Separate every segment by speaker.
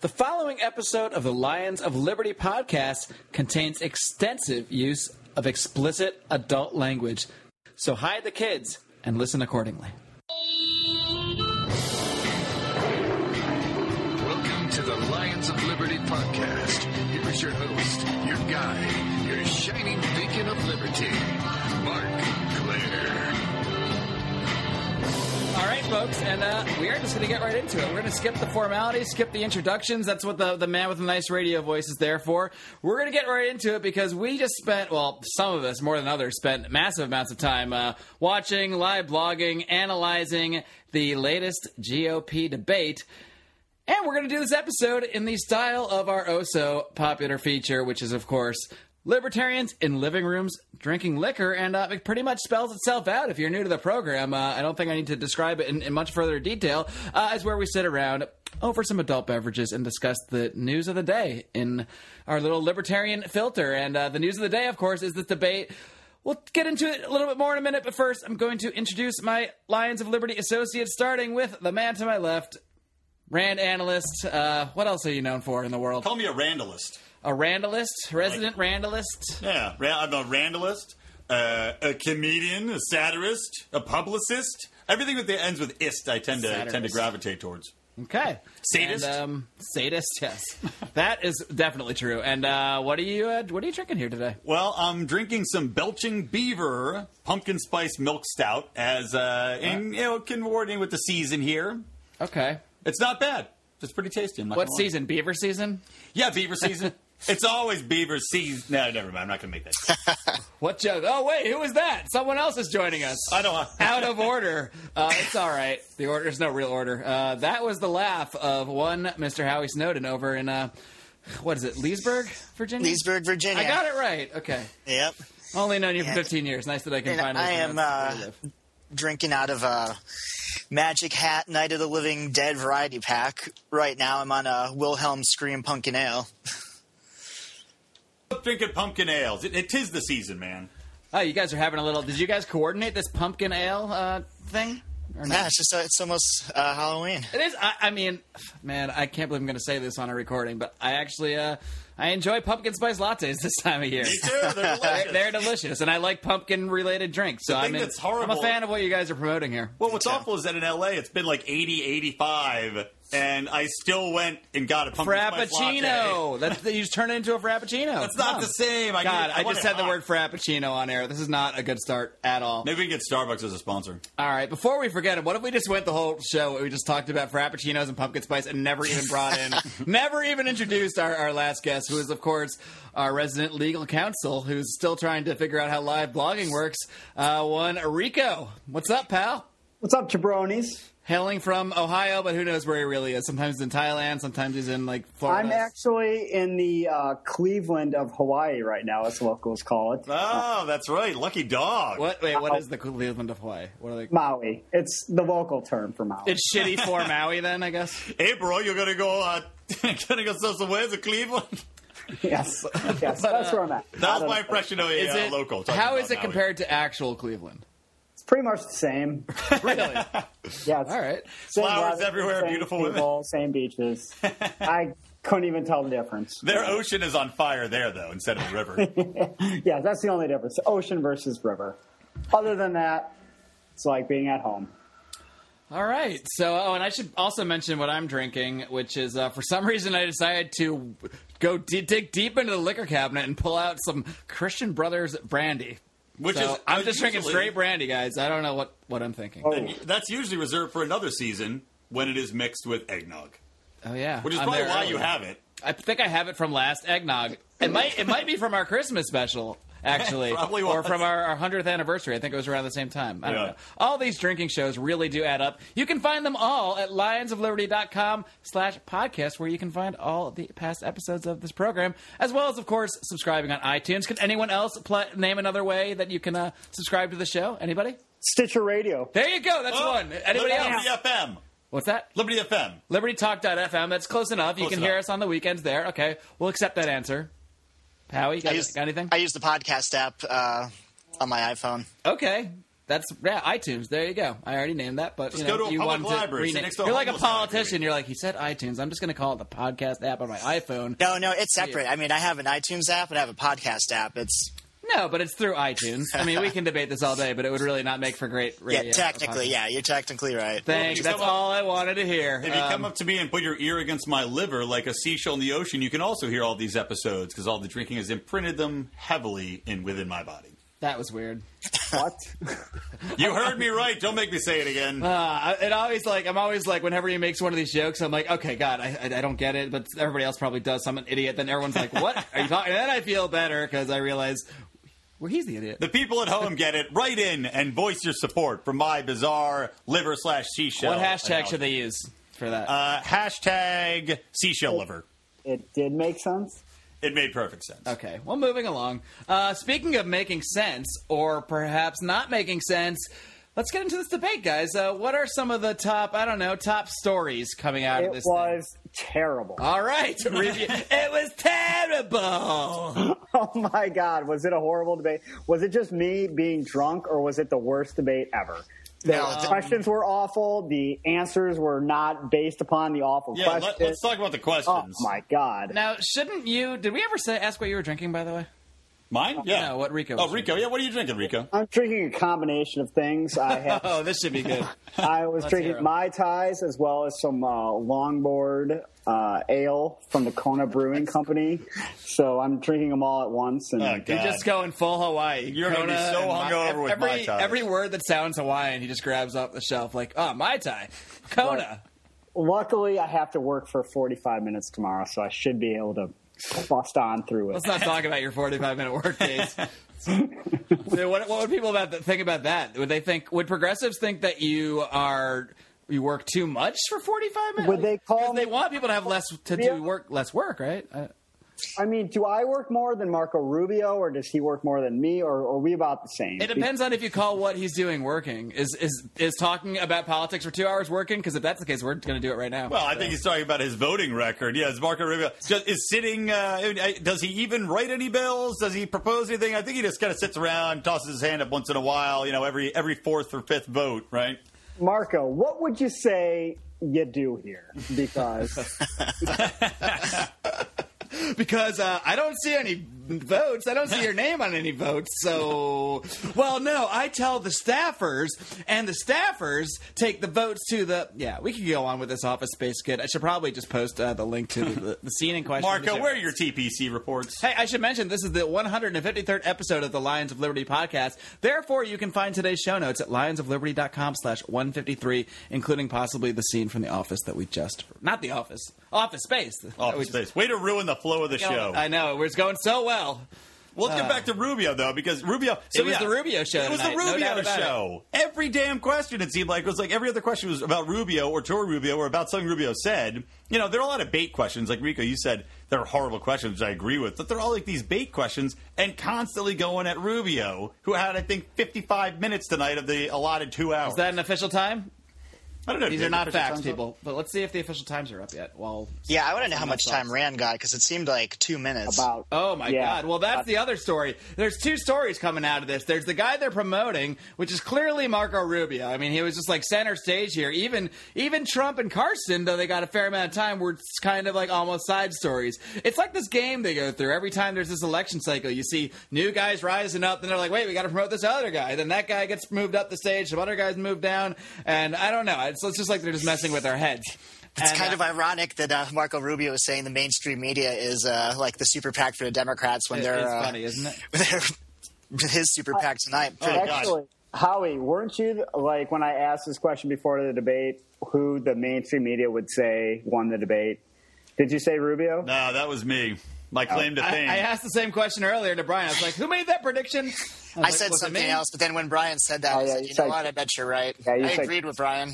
Speaker 1: The following episode of the Lions of Liberty podcast contains extensive use of explicit adult language, so hide the kids and listen accordingly.
Speaker 2: Welcome to the Lions of Liberty podcast. Here is your host, your guide, your shining beacon of liberty, Mark
Speaker 1: All right, folks, and uh, we are just going to get right into it. We're going to skip the formalities, skip the introductions. That's what the, the man with the nice radio voice is there for. We're going to get right into it because we just spent, well, some of us more than others spent massive amounts of time uh, watching, live blogging, analyzing the latest GOP debate. And we're going to do this episode in the style of our oh so popular feature, which is, of course, libertarians in living rooms drinking liquor. And uh, it pretty much spells itself out if you're new to the program. Uh, I don't think I need to describe it in, in much further detail, uh, is where we sit around over some adult beverages and discuss the news of the day in our little libertarian filter. And uh, the news of the day, of course, is this debate. We'll get into it a little bit more in a minute, but first, I'm going to introduce my Lions of Liberty associates, starting with the man to my left, Rand analyst. Uh, what else are you known for in the world?
Speaker 3: Call me a randalist.
Speaker 1: A randalist, resident randalist.
Speaker 3: Yeah, ra- I'm a randalist, uh, a comedian, a satirist, a publicist. Everything that ends with ist, I tend to tend to
Speaker 1: Satirist.
Speaker 3: gravitate towards.
Speaker 1: Okay,
Speaker 3: Sadist?
Speaker 1: And, um, sadist. Yes, that is definitely true. And uh, what are you? Uh, what are you drinking here today?
Speaker 3: Well, I'm drinking some Belching Beaver pumpkin spice milk stout as uh, in you know coordinating with the season here.
Speaker 1: Okay,
Speaker 3: It's not bad. It's pretty tasty. I'm not
Speaker 1: what
Speaker 3: gonna lie.
Speaker 1: season? Beaver season.
Speaker 3: Yeah, beaver season. it's always beaver season. No, never mind. I'm not going to make that.
Speaker 1: What joke? Oh wait, who is that? Someone else is joining us.
Speaker 3: I don't.
Speaker 1: out of order. Uh, it's all right. The order there's no real order. Uh, that was the laugh of one Mr. Howie Snowden over in uh, what is it, Leesburg, Virginia?
Speaker 4: Leesburg, Virginia.
Speaker 1: I got it right. Okay.
Speaker 4: Yep.
Speaker 1: Only known you for
Speaker 4: Yeah.
Speaker 1: 15 years. Nice that I can
Speaker 4: And
Speaker 1: finally.
Speaker 4: I am,
Speaker 1: pronounce where
Speaker 4: uh,
Speaker 1: you live.
Speaker 4: Drinking out of a Magic Hat Night of the Living Dead variety pack. Right now, I'm on a Wilhelm Scream Pumpkin Ale.
Speaker 3: drinking pumpkin ales. It, it is the season, man.
Speaker 1: Oh, you guys are having a little. Did you guys coordinate this pumpkin ale uh, thing? Or not?
Speaker 4: Yeah, it's just uh, it's almost uh, Halloween.
Speaker 1: It is. I, I mean, man, I can't believe I'm going to say this on a recording, but I actually, uh, I enjoy pumpkin spice lattes this time of year.
Speaker 3: Me too. They're delicious.
Speaker 1: They're delicious, and I like pumpkin-related drinks. So
Speaker 3: The thing
Speaker 1: I'm, in-
Speaker 3: that's horrible-
Speaker 1: I'm a fan of what you guys are promoting here.
Speaker 3: Well, what's awful is that in LA it's been like 80, 85, and I still went and got a pumpkin Spice latte.
Speaker 1: Frappuccino. That's you just turn it into a frappuccino.
Speaker 3: That's not
Speaker 1: Come
Speaker 3: the
Speaker 1: on.
Speaker 3: same. I
Speaker 1: God,
Speaker 3: need-
Speaker 1: I,
Speaker 3: want
Speaker 1: just
Speaker 3: it
Speaker 1: said the
Speaker 3: hot.
Speaker 1: word frappuccino on air. This is not a good start at all.
Speaker 3: Maybe we can get Starbucks as a sponsor.
Speaker 1: All right, before we forget it, what if we just went the whole show? We just talked about frappuccinos and pumpkin spice and never even brought in, never even introduced our, our last guest, who is, of course, our resident legal counsel who's still trying to figure out how live blogging works. Uh, one, Rico. What's up, pal?
Speaker 5: What's up, jabronis?
Speaker 1: Hailing from Ohio, but who knows where he really is. Sometimes he's in Thailand, sometimes he's in, like, Florida.
Speaker 5: I'm actually in the uh, Cleveland of Hawaii right now, as locals call it.
Speaker 3: Oh, that's right. Lucky dog.
Speaker 1: What? Wait, what is the Cleveland of Hawaii? What are they?
Speaker 5: Maui. It's the local term for Maui.
Speaker 1: It's shitty for Maui, then, I guess.
Speaker 3: Hey, bro, you're going to go. Uh, Gonna go sell some wares in Cleveland.
Speaker 5: yes, yes, that's where I'm at. I
Speaker 3: uh, That was
Speaker 5: don't
Speaker 3: my
Speaker 5: know.
Speaker 3: impression of a
Speaker 1: Is
Speaker 3: uh,
Speaker 1: it
Speaker 3: local. talking
Speaker 1: How
Speaker 3: about
Speaker 1: is it
Speaker 3: Maui.
Speaker 1: compared to actual Cleveland?
Speaker 5: It's pretty much the same.
Speaker 1: Really?
Speaker 5: Yes.
Speaker 1: All right.
Speaker 5: Same
Speaker 3: Flowers
Speaker 5: weather,
Speaker 3: everywhere,
Speaker 5: same
Speaker 3: beautiful
Speaker 5: people,
Speaker 3: women.
Speaker 5: same beaches. I couldn't even tell the difference.
Speaker 3: Their ocean is on fire there, though, instead of a river.
Speaker 5: yeah, that's the only difference: ocean versus river. Other than that, it's like being at home.
Speaker 1: All right. So, oh, and I should also mention what I'm drinking, which is uh, for some reason I decided to go d- dig deep into the liquor cabinet and pull out some Christian Brothers brandy.
Speaker 3: Which
Speaker 1: So
Speaker 3: is
Speaker 1: I'm just drinking
Speaker 3: unusually-
Speaker 1: straight brandy, guys. I don't know what, what I'm thinking. Oh,
Speaker 5: Oh.
Speaker 3: And that's usually reserved for another season when it is mixed with eggnog,
Speaker 1: Oh, yeah.
Speaker 3: which is
Speaker 1: I'm
Speaker 3: probably
Speaker 1: there
Speaker 3: why
Speaker 1: early.
Speaker 3: you have it.
Speaker 1: I think I have it from last eggnog. It might it might be from our Christmas special, actually,
Speaker 3: Probably
Speaker 1: or
Speaker 3: was.
Speaker 1: from our our hundredth anniversary. I think it was around the same time. I don't
Speaker 3: Yeah.
Speaker 1: know. All these drinking shows really do add up. You can find them all at lionsofliberty.com slash podcast, where you can find all the past episodes of this program, as well as of course subscribing on iTunes. Can anyone else pl- name another way that you can uh, subscribe to the show? Anybody?
Speaker 5: Stitcher Radio.
Speaker 1: There you go. That's
Speaker 3: Oh,
Speaker 1: one. Anybody
Speaker 3: Liberty
Speaker 1: else?
Speaker 3: FM.
Speaker 1: What's that?
Speaker 3: Liberty FM.
Speaker 1: LibertyTalk.fm. That's close enough. you
Speaker 3: Close
Speaker 1: can hear
Speaker 3: enough.
Speaker 1: us on the weekends there. Okay, we'll accept that answer. Howie, got,
Speaker 4: I use,
Speaker 1: got anything?
Speaker 4: I use the podcast app uh, on my iPhone.
Speaker 1: okay, That's yeah, iTunes. There you go. I already named that, but
Speaker 3: Just
Speaker 1: you know,
Speaker 3: go to a
Speaker 1: you
Speaker 3: public
Speaker 1: wanted
Speaker 3: library, sit
Speaker 1: rename-
Speaker 3: next to a
Speaker 1: You're like a
Speaker 3: homeless library.
Speaker 1: politician. You're like he said iTunes. I'm just going to call it the podcast app on my iPhone.
Speaker 4: No, no, it's separate. I mean, I have an iTunes app and I have a podcast app. It's
Speaker 1: No, but it's through iTunes. I mean, we can debate this all day, but it would really not make for great
Speaker 4: yeah,
Speaker 1: radio.
Speaker 4: technically, yeah, you're technically right.
Speaker 1: Thank.
Speaker 3: you
Speaker 1: That's
Speaker 3: come up-
Speaker 1: all I wanted to hear.
Speaker 3: If you
Speaker 1: Um,
Speaker 3: come up to me and put your ear against my liver like a seashell in the ocean, you can also hear all these episodes because all the drinking has imprinted them heavily in within my body.
Speaker 1: Uh, that was weird.
Speaker 5: What?
Speaker 3: You heard me right. Don't make me say it again.
Speaker 1: Uh, I- it always like I'm always like whenever he makes one of these jokes, I'm like, okay, God, I, I, I don't get it, but everybody else probably does. So I'm an idiot. Then everyone's like, what are you talking? And then I feel better because I realize, well, he's the idiot.
Speaker 3: The people at home get it. Write in and voice your support for my bizarre liver slash seashell.
Speaker 1: what hashtag
Speaker 3: analogy.
Speaker 1: should they use for that?
Speaker 3: Uh, hashtag seashell liver.
Speaker 5: it did make sense.
Speaker 3: It made perfect sense.
Speaker 1: Okay, well, moving along. Uh, speaking of making sense, or perhaps not making sense, let's get into this debate, guys. Uh, what are some of the top, I don't know, top stories coming out of
Speaker 5: It
Speaker 1: this? thing?
Speaker 5: was terrible.
Speaker 1: All right, review. it was terrible.
Speaker 5: Oh my God, was it a horrible debate? Was it just me being drunk, or was it the worst debate ever? The
Speaker 4: No, it's-
Speaker 5: questions were awful. The answers were not based upon the awful
Speaker 3: Yeah,
Speaker 5: questions.
Speaker 3: let, let's talk about the
Speaker 5: oh
Speaker 3: questions.
Speaker 5: my God!
Speaker 1: Now, shouldn't you? Did we ever say ask what you were drinking? By the way,
Speaker 3: Mine? Yeah.
Speaker 1: No, what Rico
Speaker 3: Oh,
Speaker 1: was
Speaker 3: Rico. Yeah, what are you drinking, Rico?
Speaker 5: I'm drinking a combination of things. I have.
Speaker 1: oh, this should be good.
Speaker 5: I was
Speaker 1: Let's hear
Speaker 5: drinking
Speaker 1: 'em.
Speaker 5: mai tais as well as some uh, longboard uh, ale from the Kona Brewing Company. So I'm drinking them all at once. And
Speaker 3: Oh, God.
Speaker 1: You're just going full Hawaii.
Speaker 3: You're gonna be
Speaker 1: Kona
Speaker 3: so
Speaker 1: and Mai-
Speaker 3: hungover with
Speaker 1: every,
Speaker 3: Mai Tais.
Speaker 1: Every word that sounds Hawaiian, he just grabs off the shelf like, oh, Mai Tai, Kona.
Speaker 5: luckily, I have to work for 45 minutes tomorrow, so I should be able to bust on through it.
Speaker 1: Let's not talk about your 45 minute work days. So what, what would people about that think about that? Would they think, would progressives think that you are, you work too much for 45 minutes?
Speaker 5: Would they call
Speaker 1: 'Cause they
Speaker 5: me-
Speaker 1: want people to have less, to
Speaker 5: Yeah.
Speaker 1: do work, less work, right? Uh,
Speaker 5: I mean, do I work more than Marco Rubio, or does he work more than me, or are we about the same?
Speaker 1: It depends on if you call what he's doing working. Is is is talking about politics for two hours working? Because if that's the case, we're going to do it right now.
Speaker 3: Well, I think he's talking about his voting record. Yeah, is Marco Rubio just, is sitting? Uh, does he even write any bills? Does he propose anything? I think he just kind of sits around, tosses his hand up once in a while. You know, every every fourth or fifth vote, right?
Speaker 5: Marco, what would you say you do here? Because
Speaker 1: because uh, I don't see any votes. I don't see your name on any votes. So, well, no, I tell the staffers, and the staffers take the votes to the. Yeah, we could go on with this office space kid. I should probably just post uh, the link to the, the scene in question.
Speaker 3: Marco, where are your TPC reports?
Speaker 1: Hey, I should mention this is the 153rd episode of the Lions of Liberty podcast. Therefore, you can find today's show notes at lionsofliberty.com slash 153, including possibly the scene from The Office that we just... Not The Office. Office Space. That we
Speaker 3: Office
Speaker 1: just-
Speaker 3: space. Way to ruin the flow of the show.
Speaker 1: I know. It was going so well.
Speaker 3: Well, let's get back to Rubio though, because Rubio. So
Speaker 1: Uh. It was the Rubio show
Speaker 3: It was
Speaker 1: tonight,
Speaker 3: the
Speaker 1: no
Speaker 3: Rubio
Speaker 1: doubt about
Speaker 3: show. Every damn question it seemed like it was like every other question was about Rubio or toward Rubio or about something Rubio said. You know, there are a lot of bait questions. Like Rico, you said they're horrible questions. Which I agree with, but they're all like these bait questions and constantly going at Rubio, who had I think 55 minutes tonight of the allotted two hours.
Speaker 1: Is that an official time?
Speaker 3: I don't know.
Speaker 1: These
Speaker 3: Did
Speaker 1: are not
Speaker 3: official
Speaker 1: facts,
Speaker 3: times up?
Speaker 1: people. But let's see if the official times are up yet. Well,
Speaker 4: Yeah, I want to know how much
Speaker 1: thoughts.
Speaker 4: time Rand got because it seemed like two minutes.
Speaker 5: about
Speaker 1: Oh my
Speaker 5: yeah.
Speaker 1: god. Well, that's the other story. There's two stories coming out of this. There's the guy they're promoting, which is clearly Marco Rubio. I mean, he was just like center stage here. Even even Trump and Carson, though they got a fair amount of time, were s- kind of like almost side stories. It's like this game they go through. Every time there's this election cycle, you see new guys rising up, then they're like, "Wait, we got to promote this other guy." Then that guy gets moved up the stage, some other guys moved down, and I don't know. It's, it's just like they're just messing with our heads.
Speaker 4: It's
Speaker 1: And,
Speaker 4: kind
Speaker 1: uh,
Speaker 4: of ironic that uh, Marco Rubio is saying the mainstream media is uh, like the super PAC for the Democrats when
Speaker 1: it-
Speaker 4: they're
Speaker 1: it's
Speaker 4: uh,
Speaker 1: funny, Oh, isn't it?
Speaker 4: they're his super PAC tonight.
Speaker 3: God.
Speaker 5: Actually, Howie, weren't you like when I asked this question before the debate, who the mainstream media would say won the debate? Did you say Rubio?
Speaker 3: No, that was me. My claim to fame.
Speaker 1: I, I asked the same question earlier to Brian. I was like, "Who made that prediction?" was
Speaker 4: I
Speaker 1: like,
Speaker 4: said
Speaker 1: "Was it
Speaker 4: something
Speaker 1: me?"
Speaker 4: else, but then when Brian said that,
Speaker 5: Oh,
Speaker 4: I was
Speaker 5: yeah,
Speaker 4: like,
Speaker 5: you
Speaker 4: you know
Speaker 5: said-
Speaker 4: what? I bet you're right.
Speaker 5: Yeah, you
Speaker 4: I
Speaker 5: said-
Speaker 4: agreed with Brian.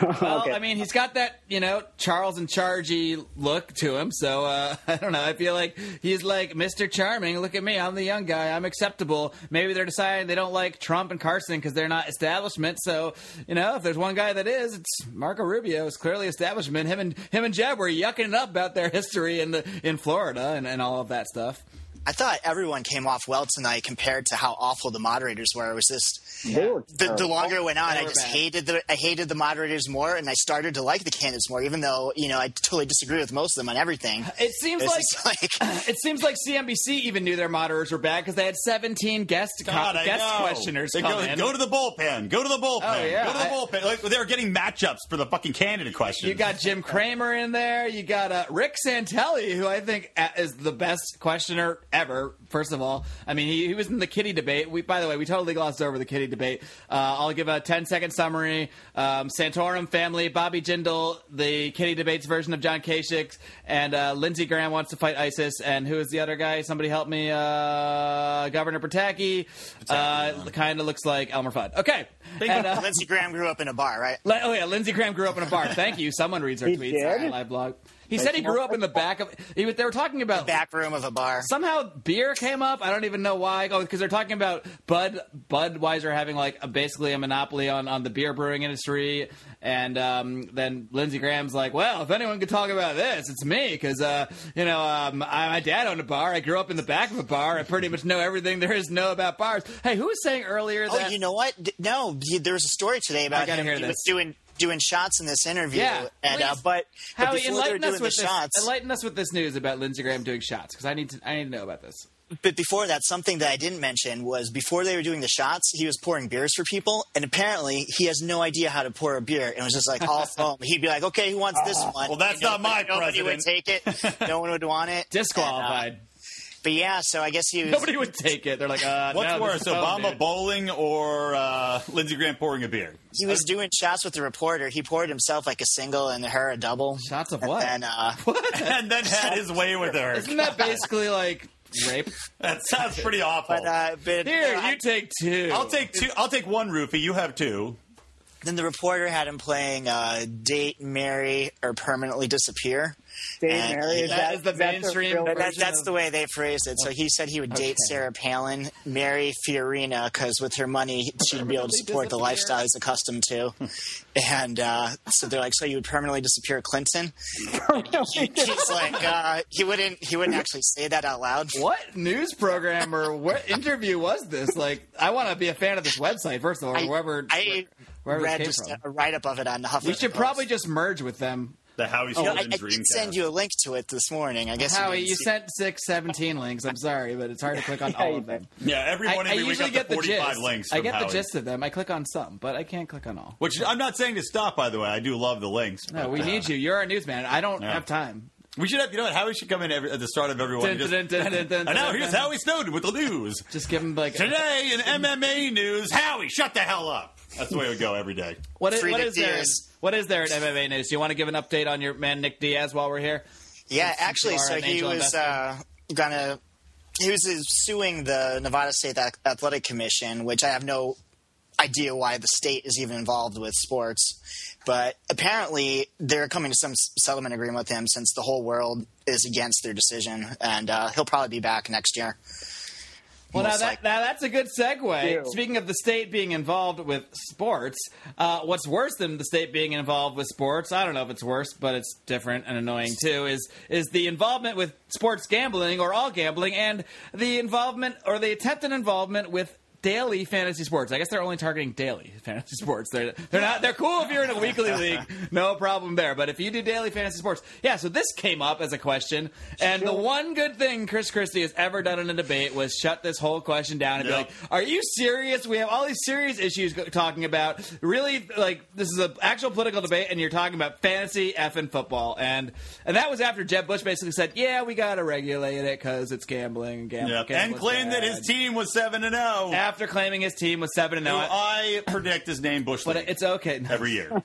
Speaker 1: Well,
Speaker 5: Okay.
Speaker 1: I mean, he's got that you know Charles and Chargy look to him. So uh, I don't know. I feel like he's like Mr. Charming. Look at me. I'm the young guy. I'm acceptable. Maybe they're deciding they don't like Trump and Carson because they're not establishment. So you know, if there's one guy that is, it's Marco Rubio. Is clearly establishment. Him and him and Jeb were yucking it up about their history in the in Florida and, and all of that stuff.
Speaker 4: I thought everyone came off well tonight compared to how awful the moderators were. It was just
Speaker 5: They were
Speaker 4: the, the
Speaker 5: terrible.
Speaker 4: longer it went on, I
Speaker 1: were
Speaker 4: just
Speaker 1: bad.
Speaker 4: hated the I hated the moderators more, and I started to like the candidates more, even though you know I totally disagree with most of them on everything.
Speaker 1: It seems
Speaker 4: It's
Speaker 1: like,
Speaker 4: just like
Speaker 1: it seems like CNBC even knew their moderators were bad because they had 17 guest co-
Speaker 3: God, I
Speaker 1: guest
Speaker 3: know.
Speaker 1: questioners
Speaker 3: They
Speaker 1: come
Speaker 3: go,
Speaker 1: in.
Speaker 3: go to the bullpen. Go to the bullpen.
Speaker 1: Oh, yeah.
Speaker 3: Go to the
Speaker 1: I-
Speaker 3: bullpen. Like they were getting matchups for the fucking candidate questions.
Speaker 1: you got Jim Kramer in there. You got uh, Rick Santelli, who I think uh, is the best questioner ever. First of all, I mean, he, he was in the kitty debate. We, by the way, we totally glossed over the kitty debate. Uh, I'll give a 10 second summary. Um, Santorum family, Bobby Jindal, the kitty debates version of John Kasich, and uh, Lindsey Graham wants to fight ISIS. And who is the other guy? Somebody help me. Uh, Governor Pataki. Uh, kind of looks like Elmer Fudd. Okay. And, uh,
Speaker 4: Lindsey Graham grew up in a bar, right?
Speaker 1: Li- Oh yeah, Lindsey Graham grew up in a bar. Thank you. Someone reads our
Speaker 5: He
Speaker 1: tweets
Speaker 5: did?
Speaker 1: at live blog. He said he grew up in the back of. He, was- they were talking about
Speaker 4: Back room of a bar.
Speaker 1: somehow beer came up. I don't even know why. Oh, because they're talking about Bud Budweiser having like a, basically a monopoly on on the beer brewing industry, and um, then Lindsey Graham's like, well, if anyone could talk about this, it's me because uh, you know um, I, my dad owned a bar. I grew up in the back of a bar. I pretty much know everything there is to know about bars. Hey, who was saying earlier
Speaker 4: Oh,
Speaker 1: that?
Speaker 4: you know what? D- No, y- there was a story today about
Speaker 1: gotta
Speaker 4: him.
Speaker 1: hear
Speaker 4: he was
Speaker 1: this.
Speaker 4: doing doing shots in this interview,
Speaker 1: Yeah,
Speaker 4: and uh,
Speaker 1: please.
Speaker 4: but, but
Speaker 1: Howie,
Speaker 4: before they were
Speaker 1: enlighten
Speaker 4: doing
Speaker 1: us
Speaker 4: the
Speaker 1: with
Speaker 4: shots,
Speaker 1: this. Enlighten us with this news about Lindsey Graham doing shots because I need to. I need to know about this.
Speaker 4: but before that, something that I didn't mention was before they were doing the shots, he was pouring beers for people, and apparently he has no idea how to pour a beer, and it was just like all foam. He'd be like, "Okay, who wants this
Speaker 1: Ah,
Speaker 4: one?"
Speaker 3: well, that's
Speaker 4: And
Speaker 3: not my
Speaker 4: nobody
Speaker 3: president.
Speaker 4: would take it. No one would want it.
Speaker 1: Disqualified.
Speaker 4: And, uh, but yeah, so I guess he was.
Speaker 1: Nobody would take it. They're like, uh,
Speaker 3: What's
Speaker 1: no, this
Speaker 3: worse,
Speaker 1: is phone,
Speaker 3: Obama
Speaker 1: dude.
Speaker 3: bowling or uh, Lindsey Graham pouring a beer?
Speaker 4: he was doing shots with the reporter. He poured himself like a single and her a double.
Speaker 1: Shots of
Speaker 4: And
Speaker 1: what?
Speaker 4: then, uh,
Speaker 3: and then had his way with her.
Speaker 1: Isn't that basically like rape?
Speaker 3: That sounds pretty awful.
Speaker 4: but, uh, but
Speaker 1: Here,
Speaker 4: no, I-
Speaker 1: you take two.
Speaker 3: I'll take two. I'll take one roofie. You have two.
Speaker 4: Then the reporter had him playing uh, "Date, Marry, or Permanently Disappear."
Speaker 5: Dave
Speaker 4: And
Speaker 5: Mary,
Speaker 4: that
Speaker 1: is the
Speaker 5: is that
Speaker 1: mainstream
Speaker 5: real
Speaker 4: But that,
Speaker 5: version?
Speaker 4: that's the way they phrased it. So he said he would date Sarah Palin, marry Fiorina, because with her money she'd be able to support the
Speaker 1: disappear.
Speaker 4: lifestyle he's accustomed to. and uh, so they're like, "So you would permanently disappear Clinton?" He's like, uh, he wouldn't. He wouldn't actually say that out loud.
Speaker 1: What news program or what interview was this? Like, I want to be a fan of this website first of all.
Speaker 4: I,
Speaker 1: whoever,
Speaker 4: I
Speaker 1: where- wherever this
Speaker 4: read
Speaker 1: came
Speaker 4: just
Speaker 1: from.
Speaker 4: a write up of it on the Huffington.
Speaker 1: we should
Speaker 4: Post.
Speaker 1: probably just merge with them.
Speaker 3: The Howie
Speaker 1: Oh,
Speaker 4: You know,
Speaker 3: Sheldon
Speaker 4: I, I did
Speaker 3: Dreamcast.
Speaker 4: send you a link to it this morning. I guess
Speaker 1: Howie,
Speaker 4: didn't
Speaker 1: you
Speaker 4: see it.
Speaker 1: sent six seventeen links. I'm sorry, but it's hard to click on
Speaker 5: you
Speaker 1: all of them.
Speaker 3: yeah, every
Speaker 1: I,
Speaker 3: morning
Speaker 1: I
Speaker 3: we wake
Speaker 1: usually
Speaker 3: up to
Speaker 1: get the
Speaker 3: forty-five
Speaker 1: gist.
Speaker 3: links.
Speaker 1: I
Speaker 3: from
Speaker 1: get
Speaker 3: Howie.
Speaker 1: the gist of them. I click on some, but I can't click on all.
Speaker 3: Which I'm not saying to stop. By the way, I do love the links.
Speaker 1: No,
Speaker 3: but,
Speaker 1: we
Speaker 3: uh,
Speaker 1: need you. You're our newsman. I don't
Speaker 3: Yeah.
Speaker 1: have time.
Speaker 3: We should have. You know what? Howie should come in every, at the start of everyone.
Speaker 1: Dun,
Speaker 3: and just-
Speaker 1: dun, dun, dun, dun,
Speaker 3: and now
Speaker 1: dun,
Speaker 3: here's
Speaker 1: dun.
Speaker 3: Howie Snowden with the news
Speaker 1: Just give him like
Speaker 3: today in MMA news. Howie, shut the hell up. That's the way it would go every day.
Speaker 1: what is,
Speaker 4: Free
Speaker 1: what
Speaker 4: Nick
Speaker 1: is there? in-
Speaker 4: Diaz.
Speaker 1: What is there at MMA news? Do you want to give an update on your man Nick Diaz while we're here?
Speaker 4: Yeah, actually,
Speaker 1: you are
Speaker 4: so
Speaker 1: an
Speaker 4: he
Speaker 1: angel
Speaker 4: was uh, gonna he was uh, suing the Nevada State Ath- Athletic Commission, which I have no idea why the state is even involved with sports. But apparently, they're coming to some s- settlement agreement with him since the whole world is against their decision, and uh, he'll probably be back next year.
Speaker 1: Well, now,
Speaker 4: Most
Speaker 1: that,
Speaker 4: likely.
Speaker 1: now that's a good segue.
Speaker 5: Ew.
Speaker 1: Speaking of the state being involved with sports, uh, what's worse than the state being involved with sports? I don't know if it's worse, but it's different and annoying too. Is is the involvement with sports gambling or all gambling, and the involvement or the attempted involvement with daily fantasy sports? I guess they're only targeting daily fantasy sports. They're they're not they're cool if you're in a weekly league, no problem there. But if you do daily fantasy sports, yeah. So this came up as a question, and the one good thing Chris Christie has ever done in a debate was shut this whole question down and
Speaker 3: Yeah.
Speaker 1: be like, are you serious? We have all these serious issues go- talking about. Really, like this is an actual political debate, and you're talking about fantasy effing football, and and that was after Jeb Bush basically said, "Yeah, we gotta regulate it because it's gambling and gambling."
Speaker 3: Yep. And
Speaker 1: gambling's
Speaker 3: claim that
Speaker 1: bad."
Speaker 3: his team was seven and zero.
Speaker 1: after claiming his team was seven and zero.
Speaker 3: I predict his name Bush
Speaker 1: But
Speaker 3: League
Speaker 1: it's okay. No,
Speaker 3: every year.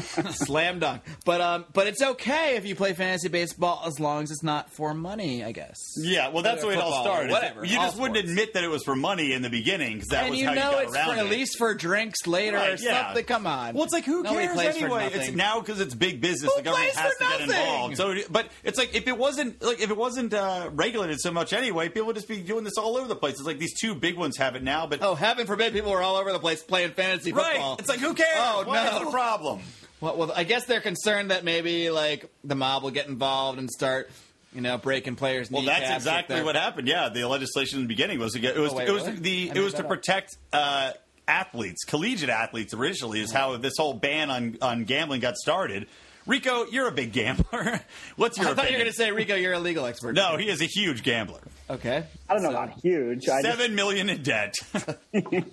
Speaker 1: slam dunk. But um, but it's okay if you play fantasy baseball as long as it's not for money, I guess.
Speaker 3: Yeah, well, that's the way it all
Speaker 1: Football or
Speaker 3: started.
Speaker 1: whatever,
Speaker 3: You
Speaker 1: all
Speaker 3: just wouldn't
Speaker 1: sports.
Speaker 3: admit that it was for money in the beginning because that
Speaker 1: and
Speaker 3: was
Speaker 1: you
Speaker 3: how
Speaker 1: know
Speaker 3: you got
Speaker 1: it's
Speaker 3: around
Speaker 1: for,
Speaker 3: it.
Speaker 1: at least for drinks later or
Speaker 3: Right, yeah.
Speaker 1: something. Come on.
Speaker 3: Well, it's like who
Speaker 1: Nobody
Speaker 3: cares
Speaker 1: plays for
Speaker 3: anyway?
Speaker 1: nothing.
Speaker 3: It's now because it's big business.
Speaker 1: Who
Speaker 3: the government
Speaker 1: plays
Speaker 3: has
Speaker 1: for
Speaker 3: to get
Speaker 1: nothing?
Speaker 3: involved. So, it- but it's like if it wasn't like if it wasn't uh, regulated so much anyway, people would just be doing this all over the place. It's like these two big ones have it now, but
Speaker 1: Oh, heaven forbid people were all over the place playing fantasy
Speaker 3: right,
Speaker 1: football.
Speaker 3: it's like who cares?
Speaker 1: Oh,
Speaker 3: Why is
Speaker 1: no.
Speaker 3: it a problem?
Speaker 1: well, well, I guess they're concerned that maybe like the mob will get involved and start, you know, breaking players.
Speaker 3: Well, that's exactly what happened. Yeah, the legislation in the beginning was to get, it was
Speaker 1: Oh, wait,
Speaker 3: it was
Speaker 1: really?
Speaker 3: the
Speaker 1: I
Speaker 3: it
Speaker 1: made
Speaker 3: was
Speaker 1: that
Speaker 3: to
Speaker 1: up.
Speaker 3: protect uh, athletes, collegiate athletes originally, is how this whole ban on, on gambling got started. Rico, you're a big gambler. What's your
Speaker 1: I thought you were
Speaker 3: opinion?
Speaker 1: going to say, Rico, you're a legal expert.
Speaker 3: no, he is a huge gambler.
Speaker 1: Okay.
Speaker 5: I don't know
Speaker 1: So-
Speaker 5: about huge. I, just,
Speaker 3: Seven million in debt,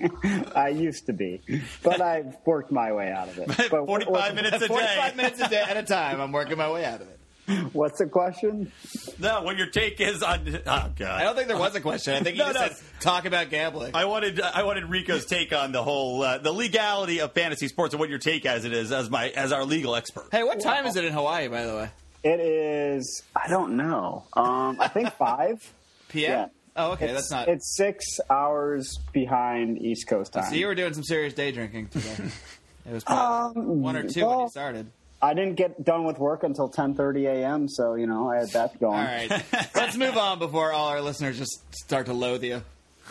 Speaker 5: I used to be, but I've worked my way out of it. But what-
Speaker 3: forty-five
Speaker 5: what's,
Speaker 3: minutes a day.
Speaker 1: 45 minutes a day at a time. I'm working my way out of it.
Speaker 5: What's the question?
Speaker 3: No, what your take is on? Oh
Speaker 1: I
Speaker 3: god,
Speaker 1: don't think there was a question. I think you
Speaker 3: No,
Speaker 1: just
Speaker 3: no.
Speaker 1: said, talk about gambling.
Speaker 3: I wanted I wanted Rico's take on the whole uh, the legality of fantasy sports and what your take as it is as my as our legal expert.
Speaker 1: hey, what time is it in Hawaii, by the way?
Speaker 5: It is. I don't know. Um, I think five.
Speaker 1: PM?
Speaker 5: Yeah.
Speaker 1: Oh, okay.
Speaker 5: it's,
Speaker 1: that's not.
Speaker 5: It's six hours behind East Coast time.
Speaker 1: so you were doing some serious day drinking today. it was probably one or two when you
Speaker 5: Um, well-
Speaker 1: started.
Speaker 5: I didn't get done with work until 10:30 a.m. So you know I had that going.
Speaker 1: All right. Let's move on before all our listeners just start to loathe you.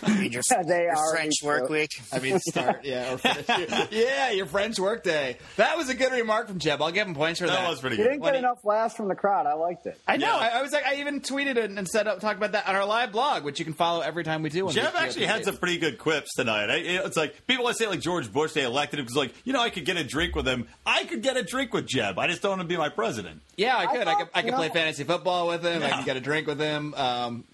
Speaker 4: Read your,
Speaker 5: They
Speaker 4: your
Speaker 5: are
Speaker 4: French
Speaker 5: equal.
Speaker 4: work week.
Speaker 1: I mean, start, yeah. Or finish your- yeah, your French workday. That was a good remark from Jeb. I'll give him points for that.
Speaker 3: That was pretty
Speaker 5: You
Speaker 3: good.
Speaker 5: didn't get
Speaker 1: When he-
Speaker 5: enough laughs from the crowd. I liked it.
Speaker 1: I know.
Speaker 3: Yeah.
Speaker 1: I, I was like, I even tweeted and, and set up talk about that on our live blog, which you can follow every time we do. on these
Speaker 3: Jeff
Speaker 1: two
Speaker 3: actually had
Speaker 1: episodes.
Speaker 3: some pretty good quips tonight. I, it's like people always say like George Bush they elected him because like you know I could get a drink with him. I could get a drink with Jeb. I just don't want to be my president.
Speaker 1: Yeah, I could. I,
Speaker 5: thought-
Speaker 1: could. I could
Speaker 5: no.
Speaker 1: play fantasy football with him. I
Speaker 3: Yeah.
Speaker 1: could get a drink with him. Um,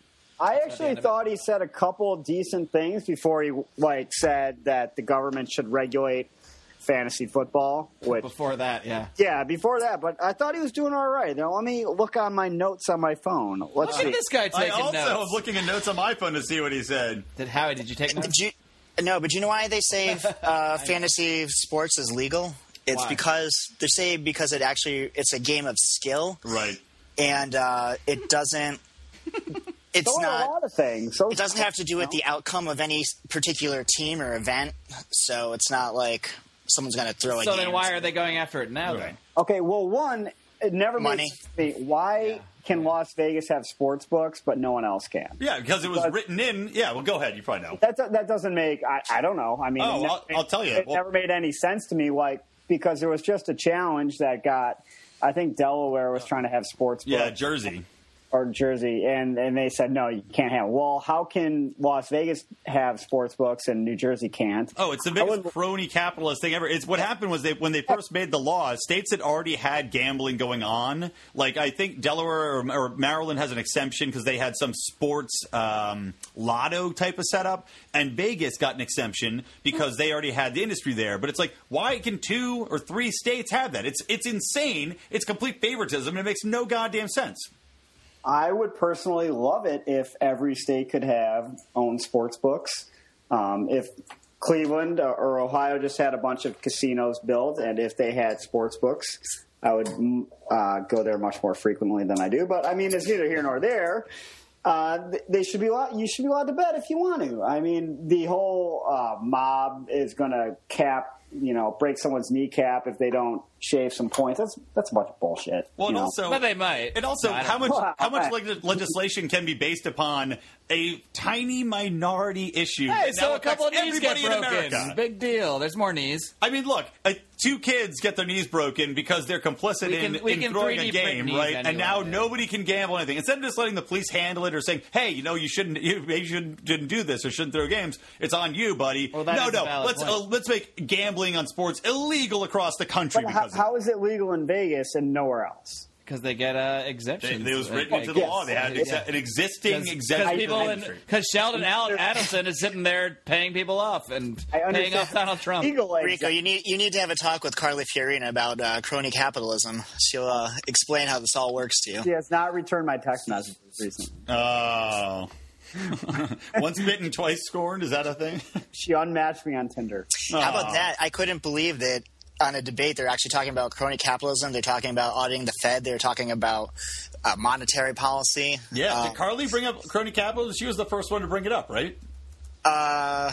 Speaker 5: I actually
Speaker 1: end of it.
Speaker 5: thought he said a couple decent things before he like said that the government should regulate fantasy football. Which
Speaker 1: before that, yeah.
Speaker 5: yeah, before that, but I thought he was doing all right. Now let me look on my notes on my phone. Let's
Speaker 1: Look
Speaker 5: see.
Speaker 1: at this guy
Speaker 3: I
Speaker 1: taking
Speaker 3: also
Speaker 1: notes.
Speaker 3: was looking at notes on my phone to see what he said.
Speaker 1: Did Howie? Did you take notes?
Speaker 4: Did you, no, but you know why they say uh, fantasy sports is legal? It's
Speaker 1: Why?
Speaker 4: because they say because it actually it's a game of skill
Speaker 3: Right.
Speaker 4: and uh, it doesn't. It's
Speaker 5: So are a
Speaker 4: not.
Speaker 5: lot of things. So
Speaker 4: It doesn't have to do with the outcome of any particular team or event, so it's not like someone's going to throw a
Speaker 1: so
Speaker 4: game.
Speaker 1: then, why are they going after it now?
Speaker 3: Right.
Speaker 5: Okay, well, one, it never
Speaker 4: Money.
Speaker 5: makes sense to me. Why can Las Vegas have sports books but no one else can?
Speaker 3: Yeah, because it was written in. Yeah. Well, go ahead. You probably know.
Speaker 5: That do- that doesn't make. I, I don't know. I mean,
Speaker 3: Oh,
Speaker 5: it never
Speaker 3: I'll- I'll tell you.
Speaker 5: It
Speaker 3: Well-
Speaker 5: never made any sense to me. Like because there was just a challenge that got. I think Delaware was trying to have sports books
Speaker 3: Yeah, Jersey.
Speaker 5: or Jersey, and and they said no, you can't have. Well, how can Las Vegas have sports books and New Jersey can't?
Speaker 3: Oh, it's the
Speaker 5: I
Speaker 3: biggest
Speaker 5: wouldn't-
Speaker 3: crony capitalist thing ever. It's what happened was they when they first made the law, states had already had gambling going on. Like I think Delaware or, or Maryland has an exemption because they had some sports um, lotto type of setup, and Vegas got an exemption because they already had the industry there. But it's like, why can two or three states have that? It's it's insane. It's complete favoritism. and It makes no goddamn sense.
Speaker 5: I would personally love it if every state could have own sports books. Um, if Cleveland or Ohio just had a bunch of casinos built, and if they had sports books, I would mm, uh, go there much more frequently than I do. But I mean, it's neither here nor there. Uh, th- they should be allowed, you should be allowed to bet if you want to. I mean, the whole uh, mob is going to cap, you know, break someone's kneecap if they don't shave some points. That's that's a bunch of bullshit.
Speaker 3: Well,
Speaker 5: you
Speaker 3: and
Speaker 5: know?
Speaker 3: also,
Speaker 1: But they might.
Speaker 3: And also,
Speaker 1: No, I
Speaker 3: how
Speaker 1: don't
Speaker 3: much
Speaker 5: know.
Speaker 3: how much leg- legislation can be based upon a tiny minority issue?
Speaker 1: Hey,
Speaker 3: that
Speaker 1: so
Speaker 3: now
Speaker 1: a couple of
Speaker 3: affects
Speaker 1: knees get
Speaker 3: everybody in America.
Speaker 1: broken. Big deal. There's more knees.
Speaker 3: I mean, look, uh, two kids get their knees broken because they're complicit
Speaker 1: We can-
Speaker 3: in,
Speaker 1: we
Speaker 3: in
Speaker 1: can
Speaker 3: throwing a
Speaker 1: 3D print
Speaker 3: game,
Speaker 1: knees
Speaker 3: right?
Speaker 1: anyway,
Speaker 3: and now
Speaker 1: yeah.
Speaker 3: nobody can gamble anything. Instead of just letting the police handle it or saying, "Hey, you know, you shouldn't, you maybe you shouldn't, shouldn't do this or shouldn't throw games," it's on you, buddy.
Speaker 1: Well, that
Speaker 3: no,
Speaker 1: is a
Speaker 3: no,
Speaker 1: valid
Speaker 3: let's
Speaker 1: point.
Speaker 3: uh, let's make gambling on sports illegal across the country.
Speaker 5: But how,
Speaker 3: because of
Speaker 5: how is it legal in Vegas and nowhere else?
Speaker 1: Because they get uh, exemptions.
Speaker 3: it. They- it was
Speaker 1: They-
Speaker 3: written
Speaker 1: they
Speaker 3: into the
Speaker 1: get-
Speaker 3: law. They had an, exe-
Speaker 1: Yeah.
Speaker 3: an existing
Speaker 1: because
Speaker 3: exemption.
Speaker 1: people
Speaker 3: for
Speaker 1: in
Speaker 3: industry.
Speaker 1: because Sheldon Al- Adelson is sitting there paying people off and paying
Speaker 5: I
Speaker 1: off
Speaker 5: understand
Speaker 1: Donald Trump.
Speaker 5: legal
Speaker 4: Rico, you need you need to have a talk with Carly Fiorina about uh, crony capitalism. She'll uh, explain how this all works to you.
Speaker 5: She has not returned my text messages recently.
Speaker 3: Oh. Once bitten, twice scorned. Is that a thing?
Speaker 5: She unmatched me on Tinder.
Speaker 4: How about that? I couldn't believe that on a debate they're actually talking about crony capitalism. They're talking about auditing the Fed. They're talking about uh, monetary policy.
Speaker 3: Yeah.
Speaker 4: Uh,
Speaker 3: Did Carly bring up crony capitalism? She was the first one to bring it up, right?
Speaker 4: uh,